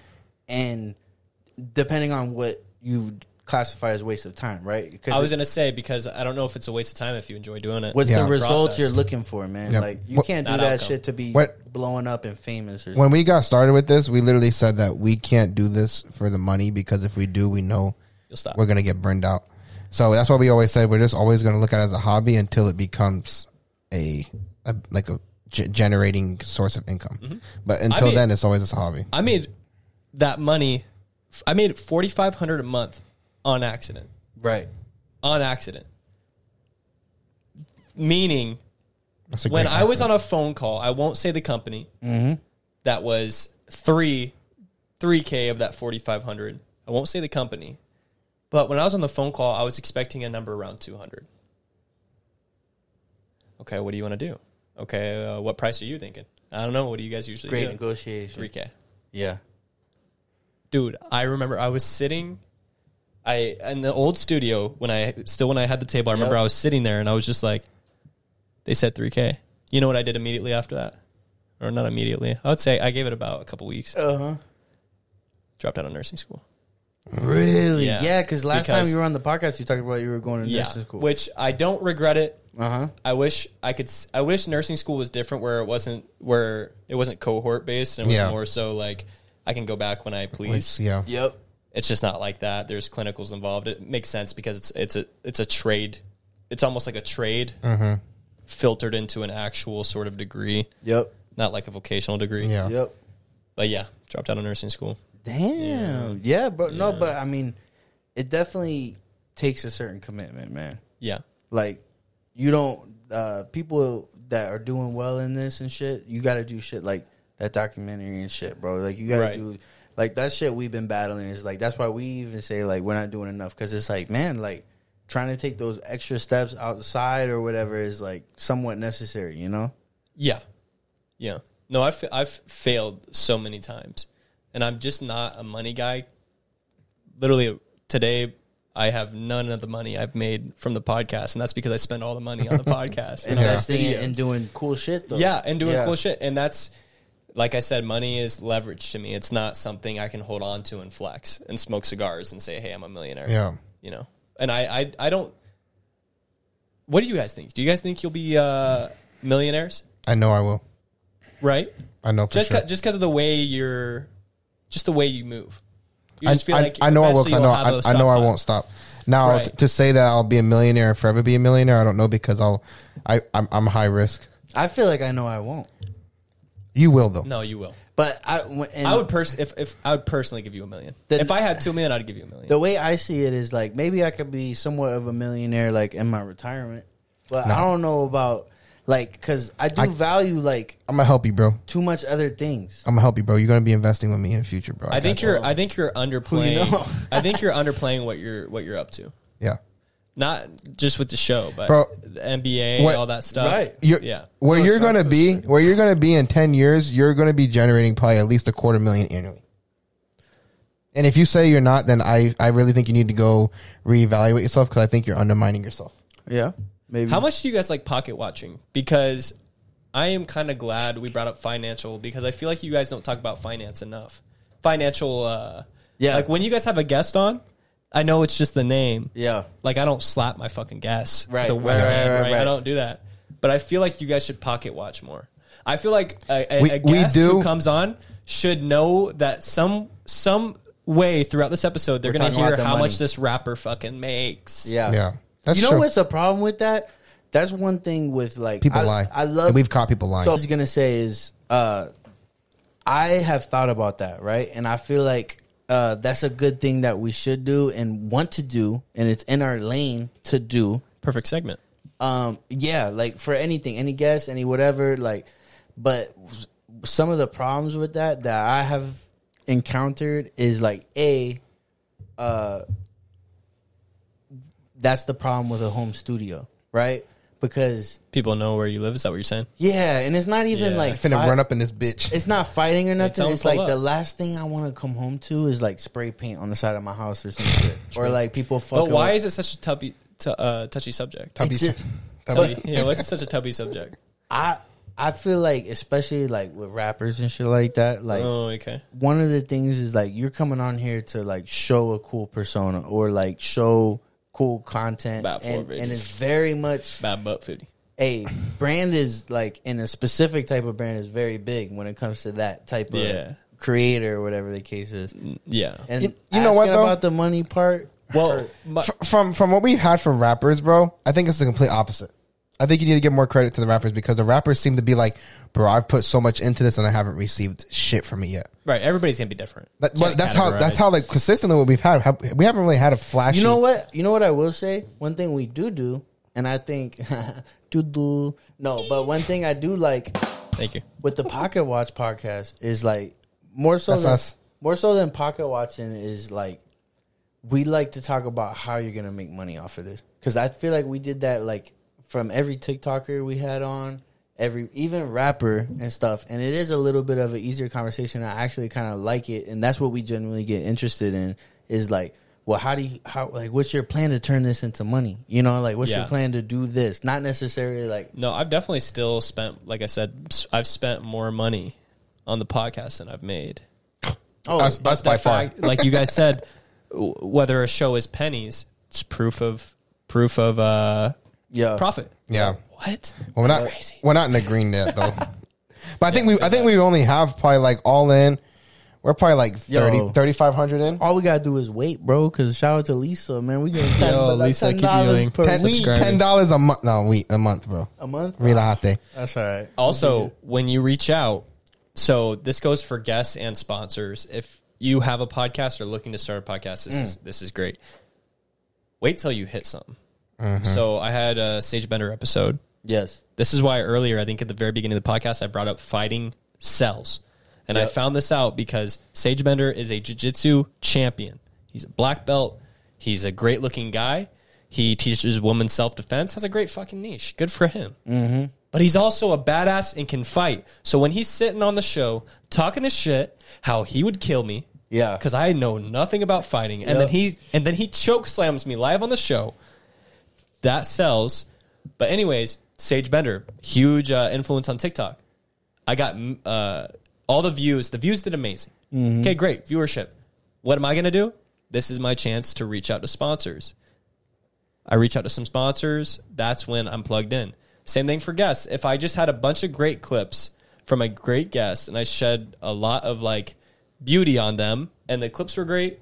S2: and depending on what you classify as waste of time right because
S4: I was gonna say because I don't know if it's a waste of time if you enjoy doing it.
S2: what's
S1: Yeah.
S2: the results
S4: Process.
S2: you're looking for man
S1: Yeah.
S2: like you
S1: What-
S2: can't do
S4: Not
S2: that
S4: outcome.
S2: shit to be
S1: What-
S2: blowing up and famous or
S1: When we got started with this, we literally said that we can't do this for the money because if we do, we know
S4: You'll stop.
S1: we're gonna get burned out. So that's why we always said we're just always gonna look at it as a hobby until it becomes a, a like a ge- generating source of income. But until
S4: Mm-hmm. mean-
S1: then, it's always just a hobby.
S4: I made that money. I made forty five hundred a month on accident.
S2: right
S4: On accident. Meaning
S1: That's a
S4: when
S1: great
S4: I was
S1: answer.
S4: on a phone call, I won't say the company that was three three k of that forty five hundred. I won't say the company, but when I was on the phone call, I was expecting a number around two hundred. Okay, what do you want to do? Okay, uh, what price are you thinking? I don't know. What do you guys usually
S2: great
S4: do?
S2: negotiation
S4: Three k.
S2: yeah
S4: dude, I remember I was sitting I in the old studio when I still when I had the table, I remember
S2: Yep.
S4: I was sitting there and I was just like they said 3k. You know what I did immediately after that? Or not immediately. I would say I gave it about a couple weeks.
S2: Uh
S1: Uh-huh.
S2: huh.
S4: Dropped out of nursing school.
S2: Really?
S4: Yeah.
S2: Yeah, cause last
S4: Because-
S2: time you were on the podcast, you talked about you were going to
S4: yeah.
S2: nursing school.
S4: Which I don't regret it.
S2: uh huh.
S4: I wish I could. s- I wish nursing school was different, where it wasn't where it wasn't cohort based, and it was
S1: Yeah.
S4: more so like I can go back when I please.
S1: yeah.
S2: Yep.
S4: It's just not like that. There's clinicals involved. It makes sense because it's it's a it's a trade. It's almost like a trade filtered into an actual sort of degree,
S2: Yep.
S4: not like a vocational degree.
S1: Yeah.
S2: Yep.
S4: But yeah, dropped out of nursing school.
S2: Damn. Yeah, bro. No, but I mean, it definitely takes a certain commitment, man.
S4: Yeah.
S2: Like, you don't. Uh, people that are doing well in this and shit, you got to do shit like that documentary and shit, bro. Like, you got to
S4: Right.
S2: do like that shit we've been battling. Is like that's why we even say like we're not doing enough because it's like, man, like trying to take those extra steps outside or whatever is like somewhat necessary, you know?
S4: Yeah, yeah. No, I've I've failed so many times, and I'm just not a money guy. Literally today, I have none of the money I've made from the podcast, and that's because I spend all the money on the podcast and on this
S2: Investing in
S4: video.
S2: and doing cool shit though.
S4: yeah, and doing
S2: Yeah.
S4: cool shit. And that's like I said, money is leverage to me. It's not something I can hold on to and flex and smoke cigars and say, "Hey, I'm a millionaire."
S1: Yeah.
S4: you know. And I, I, I don't. What do you guys think? Do you guys think you'll be uh, millionaires?
S1: I know I will.
S4: Right?
S1: I know for
S4: just
S1: sure.
S4: ca- just because of the way you're, just the way you move. You
S1: I,
S4: just feel
S1: I,
S4: like
S1: I know I will. 'cause I
S4: eventually
S1: know
S4: you'll have a
S1: I, I know I
S4: stockpile.
S1: won't stop. Now
S4: Right.
S1: t- to say that I'll be a millionaire and forever be a millionaire, I don't know because I'll I I'm, I'm high risk.
S2: I feel like I know I won't.
S1: You will though.
S4: No, you will.
S2: But I, when- and
S4: I would pers- if, if I would personally give you a million.
S2: Then-
S4: if I had two million, I'd give you a million.
S2: the way I see it is like maybe I could be somewhat of a millionaire like in my retirement, but I don't know about like because I do value like
S1: I'm gonna help you, bro.
S2: too much other things.
S1: I'm gonna help you, bro. You're gonna be investing with me in the future, bro.
S4: I think
S1: got you.
S4: you're. I think you're underplaying.
S2: know?
S4: I think you're underplaying what you're what you're up to.
S1: yeah.
S4: Not just with the show, but
S1: Bro,
S4: the NBA,
S1: what-
S4: all that stuff.
S2: Right.
S1: You're,
S4: yeah.
S1: Where
S2: No,
S1: you're
S2: it's not
S1: gonna
S2: so
S1: be, where you're gonna be in ten years, you're gonna be generating probably at least a quarter million annually. And if you say you're not, then I I really think you need to go reevaluate yourself because I think you're undermining yourself.
S2: Yeah, maybe.
S4: How much do you guys like pocket watching? Because I am kind of glad we brought up financial because I feel like you guys don't talk about finance enough. Financial, uh,
S2: Yeah.
S4: Like when you guys have a guest on, I know it's just the name.
S2: Yeah,
S4: Like I don't slap my fucking guest.
S2: Right,
S4: The
S2: right,
S4: word,
S2: right, right, right.
S4: I don't do that. But I feel like you guys should pocket watch more. I feel like a, a,
S1: We-
S4: a
S1: we
S4: guest
S1: do.
S4: who comes on should know that some some way throughout this episode they're
S2: We're
S4: going to
S2: talking about
S4: hear
S2: the
S4: how
S2: money.
S4: much this rapper fucking makes.
S2: yeah,
S1: Yeah, that's
S2: you know
S1: true.
S2: what's the problem with that? That's one thing with like
S1: people
S2: I,
S1: lie.
S2: I love
S1: And we've caught people lying.
S2: So I was gonna say is, uh, I have thought about that, right? And I feel like uh, that's a good thing that we should do and want to do, and it's in our lane to do.
S4: Perfect segment.
S2: Um, yeah, like for anything, any guest, any whatever, like. But s- some of the problems with that that I have encountered is like a, uh, that's the problem with a home studio, right? Because
S4: People know where you live. Is that what you're saying?
S2: yeah, and it's not even
S4: Yeah.
S2: like
S1: finna
S2: fi-
S1: run up in this bitch.
S2: it's not fighting or nothing.
S4: tell 'em
S2: It's like
S4: pull
S2: the
S4: up.
S2: last thing I want to come home to is like spray paint on the side of my house or some shit, or like people fucking.
S4: But why is it such a tubby, t- uh, touchy subject?
S1: Tubby,
S2: it's just-
S1: tubby.
S4: Tubby. yeah, what's such a tubby subject?
S2: I I feel like especially like with rappers and shit like that, like
S4: <laughs> Oh, okay.
S2: one of the things is like you're coming on here to like show a cool persona or like show cool content,
S4: Bad for
S2: and,
S4: bitch.
S2: and it's very much
S4: Bad butt foodie.
S2: a brand is like and a specific type of brand is very big when it comes to that type of
S4: Yeah. Mm.
S2: creator or whatever the case is.
S4: Yeah.
S2: And
S1: You- you know what,
S2: asking
S1: though?
S2: about the money part.
S4: Well, my,
S1: F- from from what we've had from rappers, bro, I think it's the complete opposite. I think you need to give more credit to the rappers because the rappers seem to be like, bro, I've put so much into this and I haven't received shit from it yet.
S4: right, everybody's gonna be different.
S1: That,
S4: Can't
S1: but that's how
S4: categorize.
S1: that's how like consistently what we've had. have- we haven't really had a flash.
S2: You know what? You know what I will say. One thing we do do, and I think <laughs> do do no, but one thing I do like
S4: Thank you.
S2: with the Pocket Watch podcast is like more so
S1: That's
S2: than,
S1: us.
S2: more so than pocket watching is like we like to talk about how you're gonna make money off of this because I feel like we did that like from every TikToker we had on every even rapper and stuff and it is a little bit of an easier conversation i actually kind of like it and that's what we generally get interested in is like well how do you how like what's your plan to turn this into money you know like what's
S4: Yeah.
S2: your plan to do this not necessarily like
S4: No, I've definitely still spent, like I said, s- I've spent more money on the podcast than I've made.
S2: oh
S1: That's, that's by
S4: That
S1: far.
S4: fact- like you guys said, w- whether a show is pennies, it's proof of proof of uh,
S2: yeah
S4: profit.
S1: Yeah.
S4: What?
S1: Well, we're not
S4: Crazy.
S1: we're not in the green yet
S2: <laughs>
S1: though. but I think we I think we only have probably like all in. We're probably like 30,
S2: Yo.
S1: 3,500 in.
S2: all we gotta do is wait bro because shout out to lisa man
S1: <laughs>
S2: we getting ten,
S4: Yo,
S2: like
S4: Lisa,
S2: $10
S4: keep yelling.
S2: per
S4: Ten-
S2: week
S4: subscribing.
S1: Ten dollars a month. No, week a month, bro.
S2: a month
S1: Relate.
S2: that's all right
S4: Also, when you reach out, so this goes for guests and sponsors. If you have a podcast or looking to start a podcast, this
S1: Mm.
S4: is this is great. Wait till you hit something.
S1: Mm-hmm.
S4: So I had a Sagebender episode.
S2: yes
S4: This is why earlier, I think at the very beginning of the podcast, I brought up fighting cells. And I
S2: Yep.
S4: found this out because Sagebender is a jiu-jitsu champion. He's a black belt. He's a great looking guy. He teaches women self-defense, has a great fucking niche. Good for him. Mm-hmm. But he's also a badass and can fight. So when he's sitting on the show talking his shit, how he would kill me.
S2: Yeah.
S4: Because I know nothing about fighting. And then
S2: Yep.
S4: he and then he choke slams me live on the show that sells. But anyways, Sage Bender, huge uh, influence on TikTok. I got mm, uh, all the views. The views did amazing. Okay, great viewership. What am I gonna do? This is my chance to reach out to sponsors. I reach out to some sponsors. That's when I'm plugged in. Same thing for guests. If I just had a bunch of great clips from a great guest and I shed a lot of like beauty on them, and the clips were great,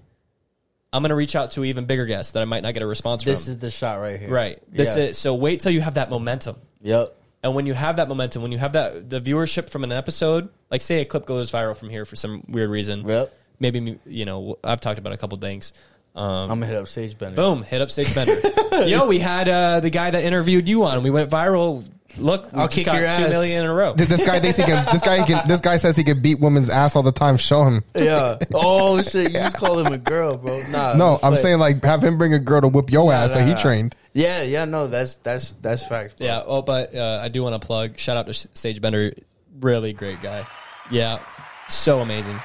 S4: I'm gonna reach out to even bigger guests that I might not get a response from.
S2: this is the shot right here
S4: Um, Right. This
S2: Yeah.
S4: is so wait till you have that momentum.
S2: yep
S4: And when you have that momentum, when you have that the viewership from an episode, like say a clip goes viral from here for some weird reason.
S2: Yep.
S4: Maybe you know, I've taled about a couple things. Um,
S2: i'm gonna hit up sage bennett
S4: boom, hit up
S2: <laughs>
S4: Sage Bender. Yo, we had uh, the guy that interviewed you on. We went viral. Look, we
S2: I'll
S4: just
S2: kick
S4: got
S2: your
S4: two
S2: ass.
S4: million in a
S2: <laughs>
S4: row.
S1: This guy thinks he can. This guy can. This guy says he can beat women's ass all the time. Show
S4: <laughs>
S1: him.
S2: Yeah. Oh shit! You just call him a girl, bro. Nah.
S1: No,
S2: it's
S1: I'm
S2: like-
S1: saying like have him bring a girl to whip your ass that he
S2: nah.
S1: trained.
S2: Yeah, yeah. No, that's that's that's fact. Bro.
S4: Yeah. Oh, but uh, I do want to plug. Shout out to S- Sage Bender. Really great guy. Yeah. So amazing.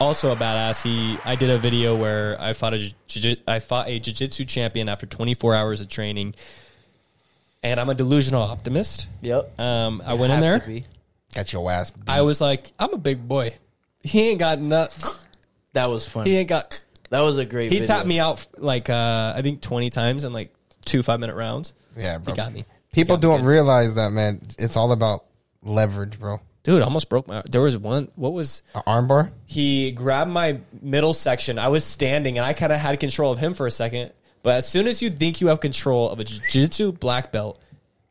S4: Also a badass. He. I did a video where I fought a jiu- jiu- I fought a jiu-jitsu champion after 24 hours of training. And I'm a delusional optimist.
S2: Yep.
S4: Um, I went
S2: Have
S4: in there.
S2: to be.
S1: Got your ass. beat.
S4: I was like, I'm a big boy. He ain't got nut.
S2: That was
S4: He
S2: funny.
S4: ain't got.
S2: That was a great.
S4: He
S2: video.
S4: tapped me out like uh, I think 20 times in like two five minute rounds.
S1: Yeah, bro.
S4: He got me.
S1: People don't realize that, man. It's all about leverage, bro.
S4: Dude, I almost broke my. There was one. What was?
S1: An armbar.
S4: he grabbed my middle section. I was standing and I kind of had control of him for a second. But as soon as you think you have control of a jiu-jitsu black belt,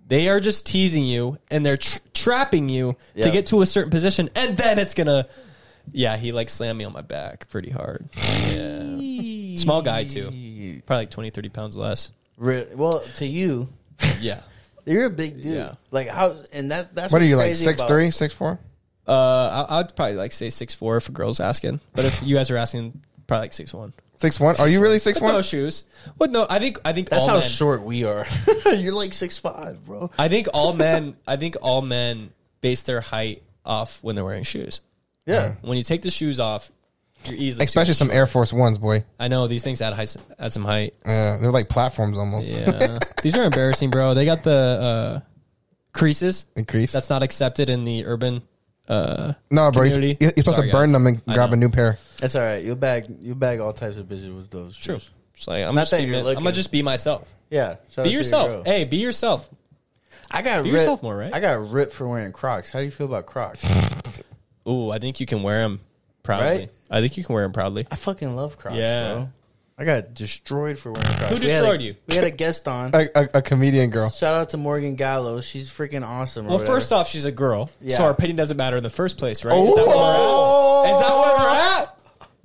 S4: they are just teasing you and they're tr trapping you to
S2: Yeah.
S4: get to a certain position and then it's going to Yeah, he like slammed me on my back pretty hard. Yeah. Small guy too. Probably like 20 30 pounds less.
S2: Re- well, to you,
S4: Yeah.
S2: you're a big dude.
S4: Yeah.
S2: Like how? And that's that's
S1: What are
S2: what's
S1: you like?
S2: crazy
S1: Six
S2: about-
S1: three, six four.
S4: Uh I would probably like say six four if a girl's asking. But if you guys are asking probably like six one.
S1: Six one. Are you really six
S4: With no
S1: one?
S4: shoes. With no I think I think
S2: That's
S4: all
S2: how
S4: men-
S2: short we are. <laughs> you're like six five, bro.
S4: I think all men. I think all men base their height off when they're wearing shoes.
S2: Yeah.
S4: When you take the shoes off, you're easily.
S1: Especially some Air Force Ones, boy.
S4: I know these things add height, add some <laughs> height.
S1: Yeah, they're like platforms almost.
S4: Yeah, these are embarrassing, bro. They got the uh, creases.
S1: Increase.
S4: That's not accepted in the urban. Uh,
S1: <laughs> no, bro. you-
S4: community.
S1: You're, supposed
S4: Sorry,
S1: to burn
S4: guys.
S1: them and
S4: I
S1: grab a new pair.
S2: That's all right. You bag you bag all types of bitches with those.
S4: true.
S2: shoes.
S4: It's like I'm
S2: Not
S4: just.
S2: that
S4: being-
S2: you're
S4: I'm gonna
S2: looking.
S4: just be myself.
S2: Yeah. Shout out
S4: Be
S2: to your girl.
S4: yourself. Hey, be yourself.
S2: I got
S4: be
S2: ripped,
S4: yourself more, right?
S2: I got ripped for wearing Crocs. How do you feel about Crocs?
S4: <sighs> Ooh, I think you can wear them proudly.
S2: Right?
S4: I think you can wear them proudly.
S2: I fucking love Crocs,
S4: Yeah.
S2: bro. I got destroyed for wearing Crocs.
S4: Who
S2: We had a-
S4: destroyed you?
S2: We had a guest
S4: <laughs>
S2: on.
S1: A, a, a comedian girl.
S2: Shout out to Morgan Gallo. She's freaking awesome. or
S4: Well,
S2: whatever.
S4: first off, she's a girl,
S2: Yeah.
S4: so our opinion doesn't matter in the first place, right? Is that where we're at? Is that where
S2: Oh!
S4: we're at?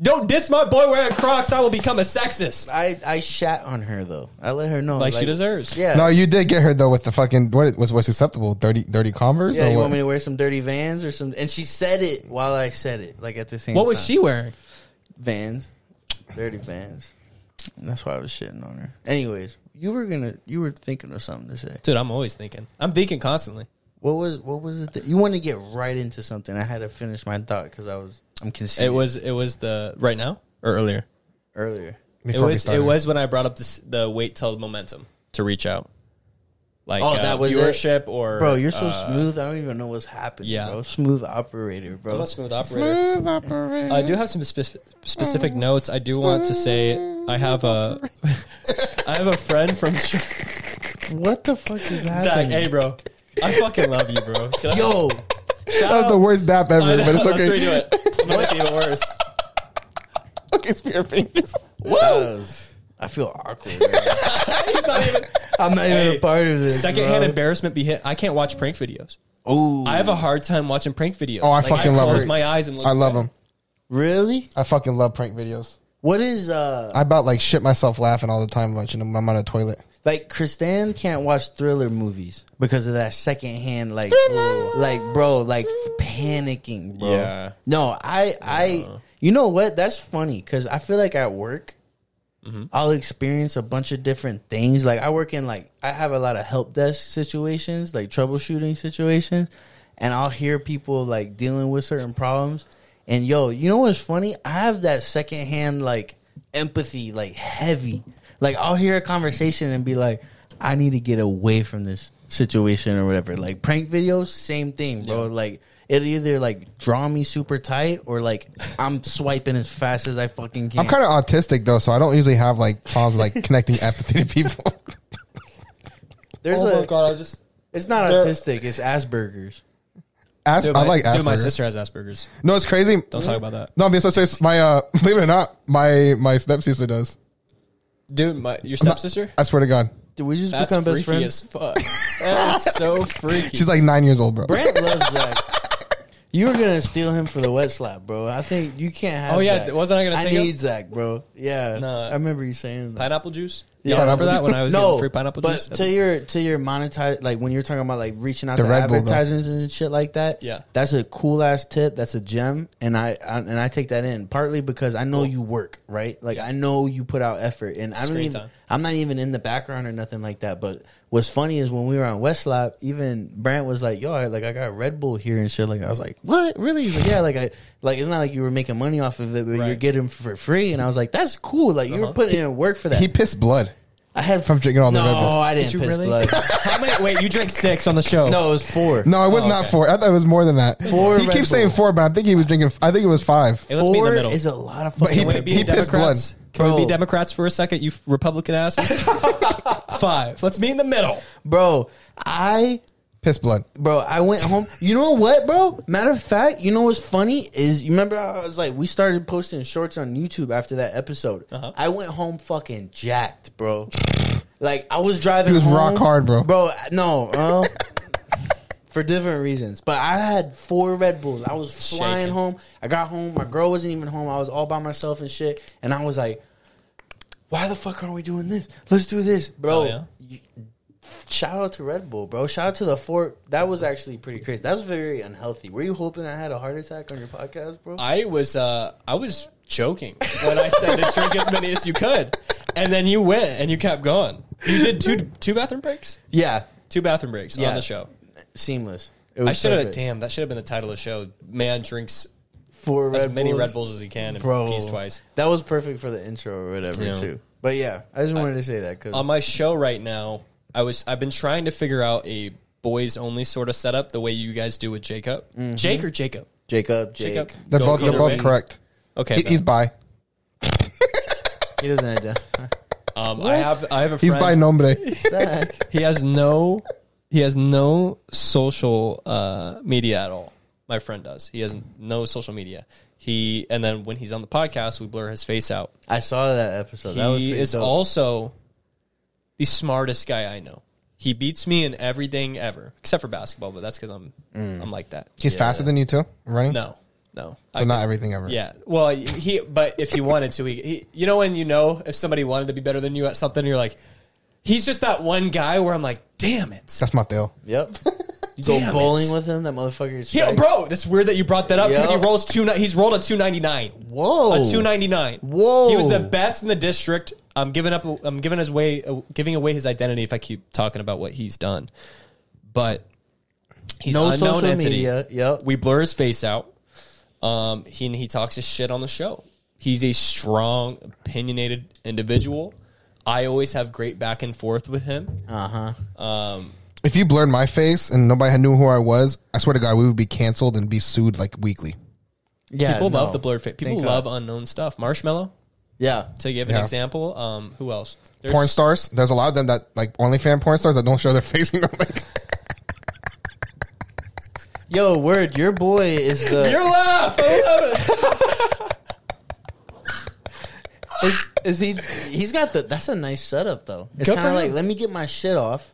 S4: Don't diss my boy wearing Crocs. I will become a sexist,
S2: I, I shat on her though. I let her know,
S4: like, she deserves.
S2: Yeah.
S1: No, you did get her though with the fucking what was what's acceptable? Dirty dirty Converse
S2: yeah.
S1: or
S2: You
S1: what?
S2: want me to wear some dirty Vans or some? And she said it while I said it, like at the same.
S4: What was
S2: time.
S4: she wearing?
S2: Vans, dirty Vans. And that's why I was shitting on her. Anyways, you were gonna, you were thinking of something to say.
S4: Dude, I'm always thinking. I'm thinking constantly.
S2: What was what was it? That, you want to get right into something. I had to finish my thought because I was I'm conceding
S4: It was it was the right now or earlier.
S2: earlier.
S1: Before
S4: it
S1: we
S4: was it
S1: started.
S4: was when I brought up this, the wait till momentum to reach out. Like
S2: Oh,
S4: uh,
S2: that was it?
S4: viewership or
S2: Bro, you're so
S4: uh,
S2: smooth. I don't even know what's happening.
S4: yeah.
S2: bro. smooth operator, bro.
S4: I'm a smooth operator.
S1: Smooth operator. Oh.
S4: I do have some spec- specific notes. I do want to say I have a <laughs> I have a
S1: <laughs>
S4: friend from Zach.
S2: What the fuck is happening?
S4: Hey, bro, I fucking love you, bro. Can I-
S2: Yo,
S1: that was the worst dap ever,
S4: I know,
S1: but <laughs> it's
S4: Let's
S1: okay.
S4: redo <laughs> it. I'm gonna make it
S1: <laughs>
S4: even worse.
S1: Okay, spear fingers.
S2: whoa! I feel awkward.
S4: <laughs>
S2: bro.
S4: It's not even
S2: I'm not even
S4: Hey,
S2: a part of this.
S4: secondhand embarrassment. Be hit. I can't watch prank videos.
S2: Oh,
S4: I have a hard time watching prank videos.
S1: Oh, I fucking love
S4: close
S1: it.
S4: my eyes and look
S1: I love
S4: away.
S1: them.
S2: really?
S1: I fucking love prank videos.
S2: What is uh?
S1: I about like shit myself laughing all the time watching them. when I'm on a toilet.
S2: Like Christan can't watch thriller movies because of that secondhand, like, like bro, like f- panicking, bro.
S4: Yeah.
S2: No, I, I, you know what? That's funny because I feel like at work, I'll experience a bunch of different things. Like I work in like I have a lot of help desk situations, like troubleshooting situations, and I'll hear people like dealing with certain problems. And yo, you know what's funny? I have that secondhand like empathy, like heavy. Like I'll hear a conversation and be like, I need to get away from this situation or whatever. Like prank videos, same thing, bro. Like it either like draw me super tight or like I'm swiping as fast as I fucking can.
S1: I'm kind of autistic though, so I don't usually have like problems like
S2: <laughs>
S1: connecting empathy to people.
S2: There's a,
S4: Oh god! I just
S2: It's not
S4: They're-
S2: autistic. It's Asperger's.
S1: As-
S4: dude,
S1: I
S4: my,
S1: like Asperger's.
S4: dude, my sister has Asperger's.
S1: No, it's crazy.
S4: Don't talk about that,
S1: No, I'm being so serious. My uh, <laughs> believe it or not, my my stepsister does.
S4: dude. My your stepsister.
S1: I swear to God,
S2: Did we just
S4: That's
S2: become best
S4: freaky
S2: friends?
S4: as <laughs> fuck. That is so freaky.
S1: <laughs> she's like nine years old, bro.
S2: Brant loves Zach. You were gonna steal him for the wet slap, bro. I think you can't have.
S4: Oh, yeah,
S2: Zach.
S4: wasn't I gonna
S2: I
S4: take him?
S2: need Zach, bro. Yeah,
S4: No.
S2: I remember you saying that.
S4: pineapple juice.
S2: Yeah.
S4: Yeah, remember
S2: <laughs>
S4: that when I was
S2: no
S4: getting free pineapple
S2: but
S4: juice.
S2: to your to your monetize like when you're talking about like reaching out
S1: The
S2: to
S1: Red Bull, though.
S2: advertisers and shit like that.
S4: Yeah.
S2: that's a cool ass tip. That's a gem, and I, I and I take that in partly because I know you work right. Like I know you put out effort, and I don't
S4: Screen
S2: even.
S4: time.
S2: I'm not even in the background or nothing like that. But what's funny is when we were on Westlap, even Brant was like, "Yo, I, like I got Red Bull here and shit." Like I was like, "What? Really?" He's like, "Yeah." Like I like it's not like you were making money off of it, but you're
S4: Right. Uh-huh.
S2: getting for free. And I was like, "That's cool. Like you were putting in work for that."
S1: He pissed blood.
S2: I had
S1: From drinking all the
S2: no,
S1: Red Bulls.
S2: I didn't
S4: Did you
S2: piss
S4: really?
S2: blood.
S4: <laughs> How many? Wait, you drank six on the show.
S2: No, it was four.
S1: <laughs> No, it was not
S4: okay.
S1: four. I thought it was more than that.
S2: Four
S1: He
S2: Red
S1: keeps saying
S2: Bull.
S1: four, but I think he was drinking. I think it was five.
S4: Hey, let's be in
S2: four
S4: the middle.
S2: is a lot of
S1: But he- Wait,
S2: fucking.
S4: Can we
S2: Red
S4: be
S1: he
S2: Bull.
S1: pissed
S4: Democrats? Can
S2: Bro.
S4: we be Democrats for a second? You
S2: <laughs>
S4: Republican asses. Five. Let's be in the middle.
S2: bro. I
S1: Piss blood.
S2: bro, I went home. You know what, bro? Matter of fact, you know what's funny is you remember how I was like, we started posting shorts on YouTube after that episode.
S4: Uh-huh.
S2: I went home fucking jacked, bro. like I was driving.
S1: He was
S2: home.
S1: rock hard, bro.
S2: Bro, no, uh, for different reasons. But I had four Red Bulls. I was flying
S4: Shaking.
S2: home. I got home. My girl wasn't even home. I was all by myself and shit. And I was like. Why the fuck are we doing this? Let's do this, bro.
S4: Oh, yeah?
S2: You- Shout out to Red Bull, bro. Shout out to the four. That was actually pretty crazy. That's very unhealthy. Were you hoping I had a heart attack on your podcast, bro?
S4: I was uh, I was joking when I said to drink as many as you could, and then you went and you kept going. You did two two bathroom breaks.
S2: yeah,
S4: Two bathroom breaks
S2: Yeah.
S4: on the show.
S2: seamless. It was
S4: I should have.
S2: perfect.
S4: Damn, that should have been the title of the show. Man drinks
S2: four
S4: as
S2: Red
S4: many
S2: Bulls.
S4: Red Bulls as he can and
S2: bro.
S4: pees twice.
S2: That was perfect for the intro or whatever,
S4: Yeah. Um,
S2: too. But yeah, I just wanted to say that because
S4: on my show right now, I was I've been trying to figure out a boys only sort of setup the way you guys do with Jacob.
S2: Mm-hmm.
S4: Jake or Jacob?
S2: Jacob, Jake,
S4: Jacob.
S1: They're
S4: Go
S1: both. They're
S4: either
S1: both
S4: way.
S1: correct.
S4: Okay.
S1: He- he's
S4: bet.
S1: bi.
S2: he doesn't identify.
S4: um, I have I have a
S1: He's
S4: friend.
S1: bi
S4: <laughs>
S1: nombre.
S2: <laughs> Zach.
S4: he has no he has no social uh, media at all. My friend does. He has no social media. He and then when he's on the podcast, we blur his face out.
S2: I saw that episode. that was
S4: he
S2: pretty
S4: is
S2: dope.
S4: also the smartest guy I know. He beats me in everything ever, except for basketball. But that's because I'm
S2: Mm.
S4: I'm like that.
S1: He's faster than you too. Running.
S4: No, no, I
S1: So not everything ever.
S4: Yeah. Well, he. But if he wanted to, he, he. You know when you know if somebody wanted to be better than you at something, you're like, he's just that one guy where I'm like, damn it.
S1: That's my deal.
S4: <laughs>
S2: Yep. Go
S4: Damn it.
S2: bowling with him. That motherfucker. is
S4: Yeah,
S2: straight.
S4: bro. That's weird that you brought that up because
S2: Yeah.
S4: he rolls two. ni- He's rolled a two ninety nine.
S2: Whoa.
S4: A two ninety nine.
S2: Whoa.
S4: He was the best in the district. I'm giving up. I'm giving his way. Giving away his identity if I keep talking about what he's done. But He's
S2: no
S4: unknown
S2: social
S4: entity.
S2: media. Yep.
S4: We blur his face out. Um, he and he talks his shit on the show. He's a strong, opinionated individual. I always have great back and forth with him.
S2: Uh huh.
S4: Um,
S1: If you blurred my face and nobody knew who I was, I swear to God, we would be canceled and be sued like weekly.
S2: Yeah.
S4: people
S2: no.
S4: love the blurred face. People
S2: Thank
S4: love
S2: God.
S4: unknown stuff. Marshmallow,
S2: Yeah.
S4: to give an
S1: uh, Yeah.
S4: example. Um, who else? There's-
S1: Porn stars, there's a lot of them that like OnlyFans porn stars that don't show their <laughs> face. You know,
S4: <laughs>
S1: like,
S2: Yo, word, your boy is the
S4: Your laugh. I love it.
S2: is, is he he's got the that's a nice setup though. It's
S4: Good
S2: kind of
S4: for
S2: like
S4: him.
S2: let me get my shit off.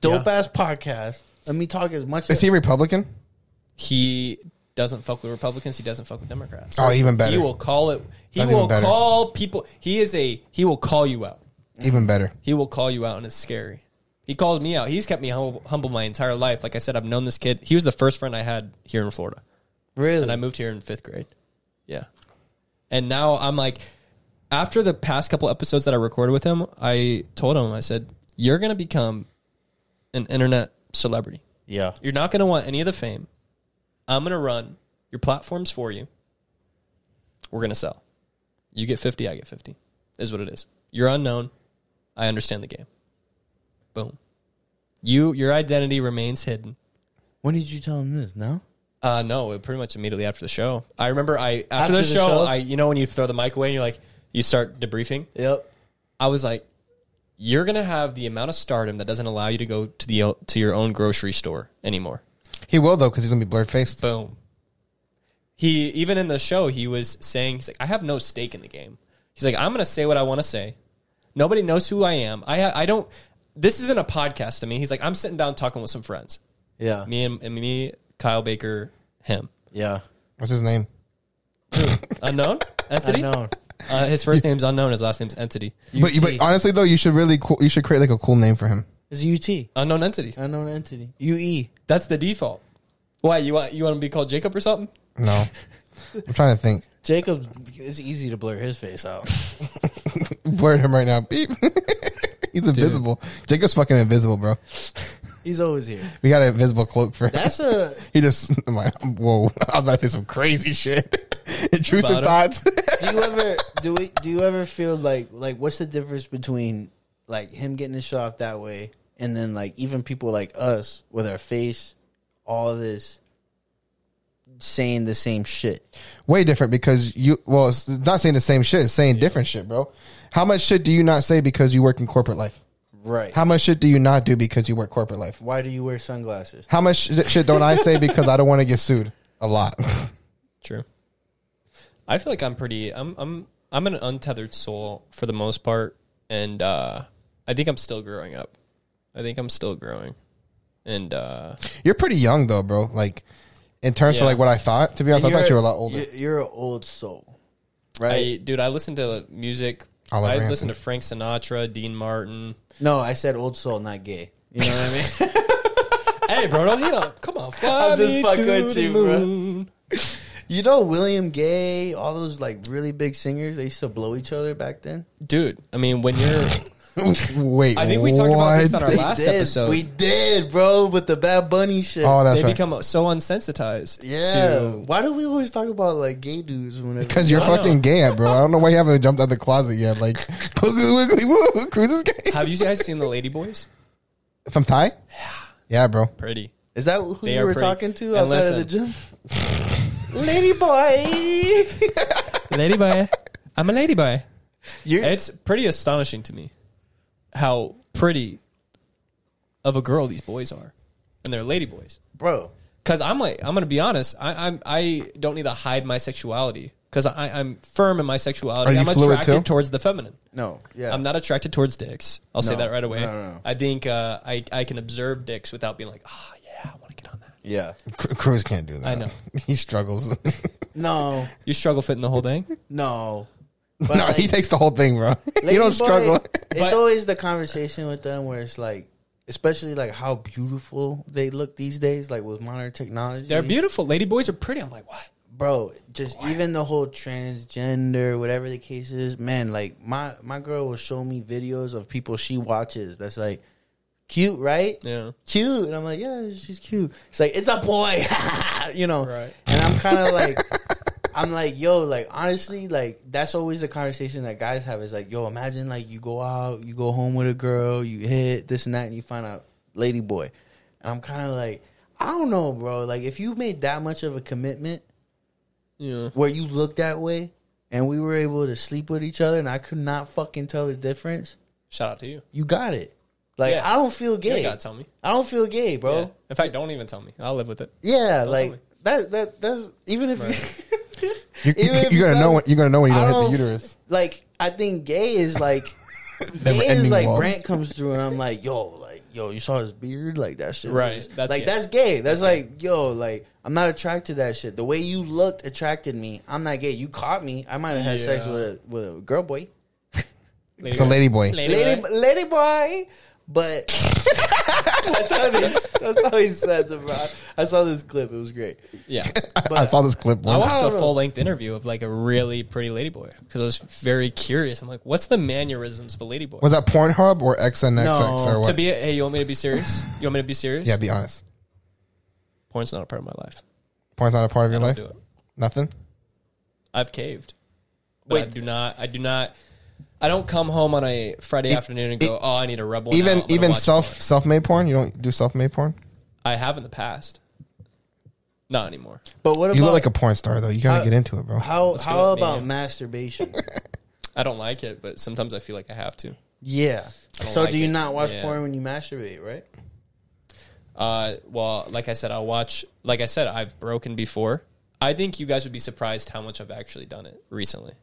S2: Dope ass podcast. Let me talk as much
S1: is
S2: as
S1: he Republican?
S4: He doesn't fuck with Republicans. He doesn't fuck with Democrats.
S1: Oh, even better.
S4: He will call it. He
S1: That's even
S4: will
S1: better.
S4: call people. He is a. He will call you out.
S1: Even better.
S4: He will call you out, and it's scary. He calls me out. He's kept me humble, humble my entire life. Like I said, I've known this kid. He was the first friend I had here in Florida,
S2: really.
S4: and I moved here in fifth grade. Yeah, and now I'm like, after the past couple episodes that I recorded with him, I told him, I said, "You're gonna become an internet celebrity.
S2: yeah.
S4: You're not gonna want any of the fame. I'm gonna run your platforms for you. We're gonna sell. You get 50, I get 50. Is what it is. You're unknown. I understand the game. Boom. You your identity remains hidden.
S2: When did you tell him this? No.
S4: Uh no, it pretty much immediately after the show. I remember I after,
S2: After
S4: the,
S2: the
S4: show,
S2: show?
S4: I you know when you throw the mic away and you're like you start debriefing.
S2: Yep.
S4: I was like you're going to have the amount of stardom that doesn't allow you to go to the to your own grocery store anymore.
S1: He will though because he's gonna be blurred faced.
S4: Boom. He even in the show he was saying he's like I have no stake in the game. He's like I'm going to say what I want to say. Nobody knows who I am. I I don't this isn't a podcast to me. He's like I'm sitting down talking with some friends.
S2: Yeah.
S4: Me and, and me Kyle Baker him.
S2: Yeah.
S1: What's his name?
S4: Unknown?
S2: I
S4: Entity?
S2: know.
S4: Uh, his first name's unknown, his last name's Entity.
S1: But, but honestly though, you should really cool, you should create like a cool name for him.
S2: It's UT.
S4: Unknown Entity.
S2: Unknown entity. E. UE.
S4: That's the default. Why you want you want to be called Jacob or something? <laughs>
S1: No, I'm trying to think.
S2: Jacob. It's easy to blur his face
S4: <laughs>
S2: out.
S1: Blurred him right now. Beep. <laughs> he's invisible. Jacob's fucking invisible, bro.
S2: He's always here.
S1: We got an invisible cloak for him.
S2: That's a
S1: <laughs> He just, I'm like, whoa, <laughs> I'm about to say some crazy shit. <laughs> Intrusive
S4: About
S1: thoughts. <laughs>
S2: do you ever do we do you ever feel like like what's the difference between like him getting his shot off that way and then like even people like us with our face all this saying the same shit
S1: Way different because you, well, it's not saying the same shit, it's saying different shit, bro. How much shit do you not say because you work in corporate life?
S2: right
S1: How much shit do you not do because you work corporate life?
S2: why do you wear sunglasses
S1: How much sh- shit don't I say because I don't want to get sued? A lot. <laughs>
S4: True. I feel like I'm pretty. I'm I'm I'm an untethered soul for the most part, and uh, I think I'm still growing up. I think I'm still growing, and uh,
S1: You're pretty young though, bro. Like, in terms of
S4: Yeah.
S1: like what I thought, to be honest, I thought you were a lot older.
S2: you're, you're an old soul right
S4: I dude, I listen to music.
S1: Oliver
S4: I
S1: Anthony.
S4: listen to Frank Sinatra, Dean Martin.
S2: no i said old soul not gay you know
S4: <laughs>
S2: what i mean
S4: hey, bro, don't you know? Come on, fly
S2: I'm just
S4: me
S2: fucking
S4: to
S2: with
S4: the
S2: you, bro.
S4: moon.
S2: you know william gay all those like really big singers they used to blow each other back then
S4: dude. I mean, when
S2: <sighs>
S4: you're,
S1: <laughs> Wait,
S4: I think we talked about this
S1: what?
S4: on our
S2: They
S4: last
S2: did.
S4: episode.
S2: we did bro with the bad bunny shit
S1: Oh, that's
S4: they
S1: right.
S4: become so unsensitized.
S2: Yeah.
S4: to-
S2: Why do we always talk about like gay dudes whenever?
S1: Because you're
S4: I know.
S1: fucking gay, bro. I don't know why you haven't jumped out the closet yet. Like, <laughs> Boogie Wiggly Woo, Cruz is gay.
S4: Have you guys seen the Lady
S2: <laughs>
S4: Boys?
S1: From Ty? Yeah. Yeah, bro.
S4: Pretty.
S2: is that who
S4: They
S2: you
S4: are
S2: were
S4: pretty.
S2: talking to
S4: And
S2: outside of the gym?
S4: <laughs>
S2: lady boy,
S4: lady boy. I'm a lady boy.
S2: You're-
S4: It's pretty astonishing to me how pretty of a girl these boys are, and they're lady boys.
S2: bro.
S4: Because I'm like, I'm gonna be honest. I I'm, I don't need to hide my sexuality because I'm firm in my sexuality.
S1: Are you
S4: I'm
S1: fluid
S4: attracted
S1: too?
S4: towards the feminine.
S2: No, yeah,
S4: I'm not attracted towards dicks. I'll say
S2: No,
S4: that right away.
S2: no, no, no.
S4: I think uh, I I can observe dicks without being like, ah, yeah, I want to get on that.
S2: Yeah,
S1: Cr- Cruz can't do that.
S4: I know.
S1: <laughs> He struggles. <laughs>
S2: no,
S4: You struggle fitting the whole thing.
S2: no.
S1: no,
S2: But, like,
S1: he takes the whole thing, bro. <laughs>
S2: lady
S1: You don't
S2: boy,
S1: struggle.
S2: It's always the conversation with them where it's like, especially like how beautiful they look these days, like with modern technology.
S4: They're beautiful. Lady boys are pretty. I'm like, what?
S2: bro just even the whole transgender whatever the case is man like my my girl will show me videos of people she watches that's like cute, right?
S4: Yeah.
S2: Cute. And I'm like, yeah, she's cute. It's like, it's a boy, <laughs> you know.
S4: Right.
S2: And I'm kind
S4: <laughs>
S2: of like, I'm like, yo, like honestly, like that's always the conversation that guys have is like, yo, imagine like you go out, you go home with a girl, you hit this and that, and you find out lady boy. And I'm kind of like, I don't know, bro. Like if you made that much of a commitment
S4: Yeah.
S2: where you look that way, and we were able to sleep with each other, and I could not fucking tell the difference.
S4: Shout out to you.
S2: You got it. Like
S4: Yeah.
S2: I don't feel
S4: You
S2: gay.
S4: gotta tell me.
S2: I don't feel gay,
S4: Yeah.
S2: bro.
S4: In fact, don't even tell me. I'll live with it.
S2: Yeah,
S4: me.
S2: like that. That that's even if. <laughs>
S1: <laughs> You,
S2: Even if
S1: are
S2: it's
S1: gonna
S2: not-
S1: know when you're gonna know when you
S2: I
S1: don't, hit
S2: don't-
S1: the uterus.
S2: like I think gay is
S1: <laughs>
S2: like gay
S1: Never-ending
S2: is like
S1: walls.
S2: Brant comes through and I'm like, yo, like yo, you saw his beard, like that shit,
S4: Right,
S2: was-
S4: that's
S2: like
S4: gay.
S2: that's gay. That's like yo, like I'm not attracted to that shit. The way you looked attracted me. I'm not gay. You caught me. I might have had sex
S4: Yeah.
S2: with a, with a girl boy,
S4: Lady
S1: It's a lady boy.
S2: lady,
S4: boy.
S2: lady boy, but. <laughs> that's how they, that's how he says it, bro. I saw this clip; it was great.
S4: Yeah.
S1: <laughs> I saw this clip
S4: I
S1: once.
S4: watched a
S2: don't know.
S4: full length interview of like a really pretty lady boy because I was very curious. I'm like, what's the mannerisms of a lady boy?
S1: Was that Pornhub or XNXX
S2: No,
S1: or what?
S4: To be, hey, you want me to be serious? You want me to be serious?
S1: yeah, be honest.
S4: Porn's not a part of my life.
S1: Porn's not a part of
S4: I
S1: your
S4: don't
S1: life.
S4: do it.
S1: Nothing.
S4: I've caved. But I do not. I do not. I don't come home on a Friday afternoon and go,
S1: it-
S4: "Oh, I need a rebel."
S1: E- even even self self made porn. You don't do self made porn.
S4: I have in the past. Not anymore.
S2: But what about
S1: You look like a porn star though. You gotta
S2: How-
S1: get into it, bro.
S2: how
S4: Let's
S2: how
S4: go with me,
S2: about
S4: yeah. <laughs>
S2: masturbation?
S4: I don't like it, but sometimes I feel like I have to.
S2: Yeah.
S4: don't
S2: So
S4: like
S2: do you
S4: it.
S2: not watch
S4: Yeah.
S2: porn when you masturbate, right?
S4: Uh, well, like I said, I'll watch. Like I said, I've broken before. I think you guys would be surprised how much I've actually done it recently.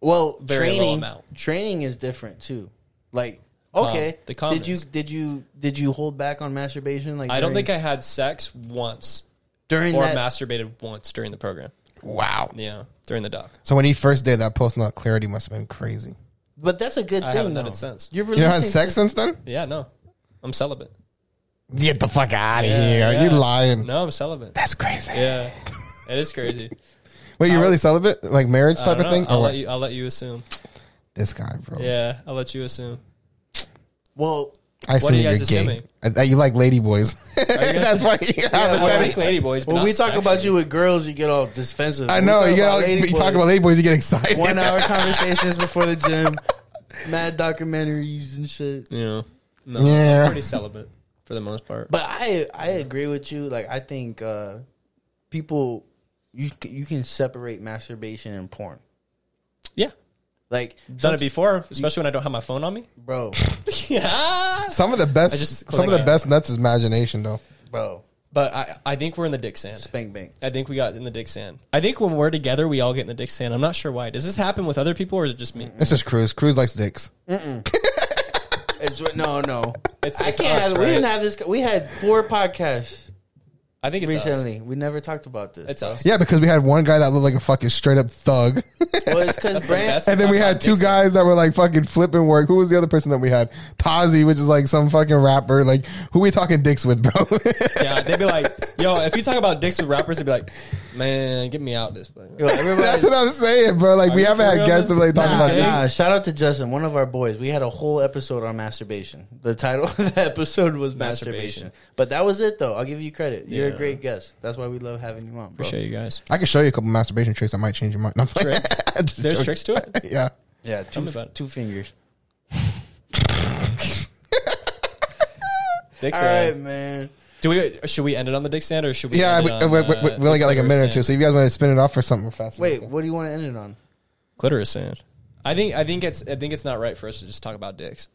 S2: Well,
S4: Very low
S2: training
S4: amount.
S2: training is different too. Like okay,
S4: the
S2: did you
S4: condoms.
S2: did you did you hold back on masturbation? Like
S4: I don't
S2: during-
S4: think I had sex once
S2: during
S4: or
S2: that.
S4: masturbated once during the program.
S1: Wow.
S4: Yeah, during the doc.
S1: So when he first did that post nut clarity must have been crazy.
S2: but that's a good
S4: I
S2: thing.
S4: haven't done
S2: though.
S4: it since.
S2: You're
S1: You
S2: releasing
S1: know had sex since then?
S4: Yeah, no, I'm celibate.
S1: Get the fuck out of
S4: Yeah,
S1: here.
S4: yeah.
S1: You lying.
S4: No, I'm celibate.
S1: That's crazy.
S4: Yeah, it is
S2: <laughs>
S4: crazy.
S1: Wait, you really celibate? Like marriage
S4: I
S1: type
S4: don't
S1: of
S4: know.
S1: thing?
S4: Uh, I'll
S1: Or
S4: let
S1: what?
S4: you. I'll let you assume.
S1: This guy, bro.
S4: Yeah, I'll let you assume.
S2: well,
S1: I
S4: What are
S1: assume
S4: you
S1: you're
S4: guys
S1: gay.
S4: assuming?
S1: I, I- you like lady boys. <laughs> That's why you
S4: I
S1: haven't done
S4: like
S1: it.
S4: lady boys. but
S2: when
S4: not
S2: we talk about
S4: sexually.
S2: you with girls, you get all defensive.
S1: I
S2: We
S1: know.
S2: talk
S1: You,
S2: about
S1: know,
S2: lady
S1: you talk
S2: boys,
S1: about lady boys, you get excited.
S2: <laughs> one hour conversations before the gym, <laughs> mad documentaries and shit.
S4: yeah,
S1: <laughs>
S4: no,
S1: Yeah.
S4: I'm pretty celibate for the most part.
S2: But I I agree with you. Like I think uh, people you c- you can separate masturbation and porn.
S4: yeah,
S2: Like
S4: done it before, especially when I don't have my phone on me. <laughs>
S2: bro,
S4: yeah,
S1: Some of the
S4: I
S1: best
S4: just
S1: some of
S4: clicked
S1: the
S4: it.
S1: best nuts is imagination though.
S2: bro,
S4: but I, I think we're in the dick sand.
S2: spank bank.
S4: I think we got in the dick sand. I think when we're together, we all get in the dick sand. I'm not sure why. Does this happen with other people or is it just me?
S1: This is Cruz. Cruz likes dicks.
S2: It's what- no, no.
S4: It's,
S2: I
S4: it's
S2: can't.
S4: us,
S2: have, <laughs> We
S4: right?
S2: didn't have this. We had four podcasts
S4: I think it's us.
S2: recently. We never talked about this.
S4: It's us.
S1: Yeah, because we had one guy that looked like a fucking straight up thug. <laughs>
S2: well, it's because Brand.
S1: And then we had two guys that were like fucking flipping work. Who was the other person that we had? Tazi, which is like some fucking rapper. Like, who we talking dicks with, bro? <laughs>
S4: Yeah, they'd be like, "Yo, if you talk about dicks with rappers, they'd be like, man, get me out this place.'
S2: Yo,
S1: That's
S2: everybody.
S1: what I'm saying, bro. Like, we
S4: you
S1: haven't
S4: for
S1: had
S4: real,
S1: guests that
S4: man?
S1: really talking
S2: Nah,
S1: about dicks.
S2: nah, shout out to Justin, one of our boys. We had a whole episode on masturbation. The title of the episode was masturbation.
S4: Masturbation.
S2: But that was it, though. I'll give you credit. You're a
S4: Yeah.
S2: great guest. That's why we love having you on, bro.
S4: Appreciate you guys.
S1: I can show you a couple masturbation tricks that might change your mind. No, I'm playing. <laughs>
S4: Tricks?
S1: Just
S4: There's
S1: joking.
S4: tricks to
S1: <laughs>
S4: it?
S1: Yeah.
S2: Yeah, two,
S4: me about it.
S2: two fingers.
S4: Dick
S2: All right,
S4: sand.
S2: man.
S4: Do we should we end it on the dick sand or should we?
S1: Yeah,
S4: end
S1: we,
S4: it on,
S1: we,
S4: uh,
S1: we, we only got like a
S4: clitoris
S1: minute or two.
S4: sand?
S1: So if you guys want to spin it off for something fast.
S2: Wait, what do you want to end it on?
S4: clitoris sand. I think I think it's I think it's not right for us to just talk about dicks.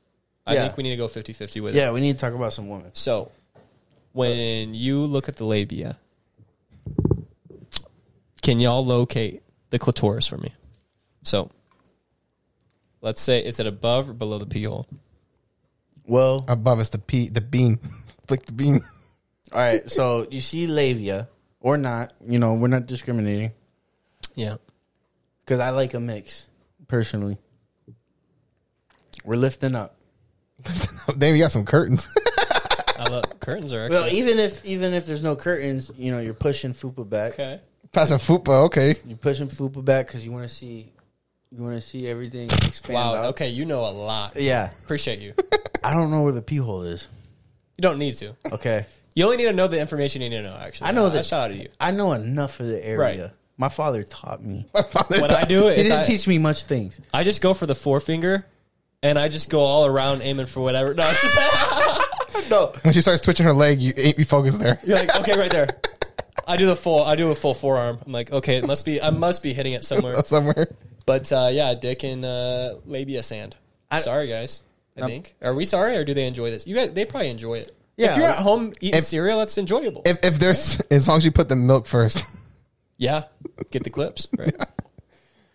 S4: I
S2: Yeah.
S4: think we need to go 50-50 with it.
S2: Yeah, we need to talk about some women.
S4: So when you look at the labia, can y'all locate the clitoris for me? So let's say is it above or below the pee hole?
S2: Well,
S1: above us the pea, the bean, <laughs> flick the bean. <laughs>
S2: all right. So you see labia or not? You know, we're not discriminating
S4: Yeah.
S2: because I like a mix personally. We're lifting up.
S1: Damn, you got some curtains. <laughs>
S4: I love curtains are actually
S2: Well, e- even if even if there's no curtains, you know, you're pushing fupa back.
S4: okay.
S1: Passing football. Okay. <laughs>
S2: You're pushing fupa back because you want to see, you want to see everything expand.
S4: Wow.
S2: out.
S4: Okay, you know a lot.
S2: Yeah.
S4: Appreciate you.
S2: I don't know where the pee hole is.
S4: You don't need to.
S2: Okay.
S4: You only need to know the information you need to know. Actually,
S2: I know
S4: that.
S2: that.
S4: Shout out
S2: <laughs>
S4: to you.
S2: I know enough of the area.
S4: Right.
S2: My father taught me.
S4: <laughs> When I do
S2: He
S4: it, is
S2: didn't
S4: I,
S2: teach me much
S4: <laughs>
S2: things.
S4: I just go for the forefinger, and I just go all around aiming for whatever. No, it's just <laughs>
S2: No.
S1: When she starts twitching her leg, you ain't be focused there. <laughs>
S4: you're like okay, right there. I do the full. I do a full forearm. I'm like, okay, it must be. I must be hitting it somewhere.
S1: Somewhere.
S4: But uh, yeah, dick and uh, labia sand. sorry, guys. I
S2: Um,
S4: think. Are we sorry, or do they enjoy this? You guys, they probably enjoy it.
S2: Yeah.
S4: If you're at home eating
S1: If-
S4: cereal, it's enjoyable.
S1: If, if there's, as long as you put the milk first. <laughs>
S4: yeah, get the clips. Right.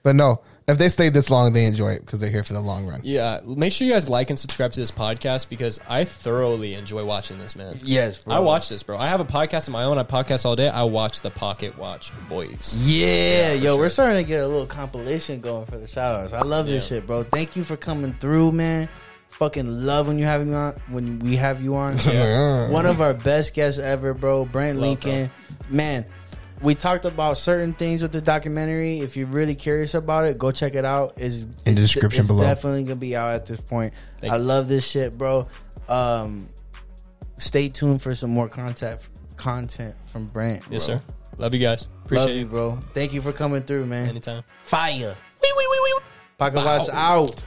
S1: But no, if they stay this long, they enjoy it because they're here for the long run.
S4: Yeah, make sure you guys like and subscribe to this podcast because I thoroughly enjoy watching this, man.
S2: Yes, bro.
S4: I watch this, bro. I have a podcast of my own. I podcast all day. I watch the Pocket Watch Boys.
S2: Yeah, yo, we're starting to get a little compilation going for the shout outs. I love this
S4: Yeah.
S2: shit, bro. Thank you for coming through, man. Fucking love when you have me on when we have you on.
S1: Yeah.
S2: One of our best guests ever, bro. Brent
S4: Love,
S2: Lincoln. Man, we talked about certain things with the documentary. If you're really curious about it, go check it out. It's
S1: In the description
S2: it's
S1: below.
S2: Definitely gonna be out at this point.
S4: Thank
S2: I
S4: you.
S2: love this shit, bro. Um stay tuned for some more content content from Brent.
S4: Yes,
S2: bro.
S4: sir. Love you guys. Appreciate
S2: Love you, bro. Thank you for coming through, man.
S4: Anytime.
S2: Fire. Pocket Watch out.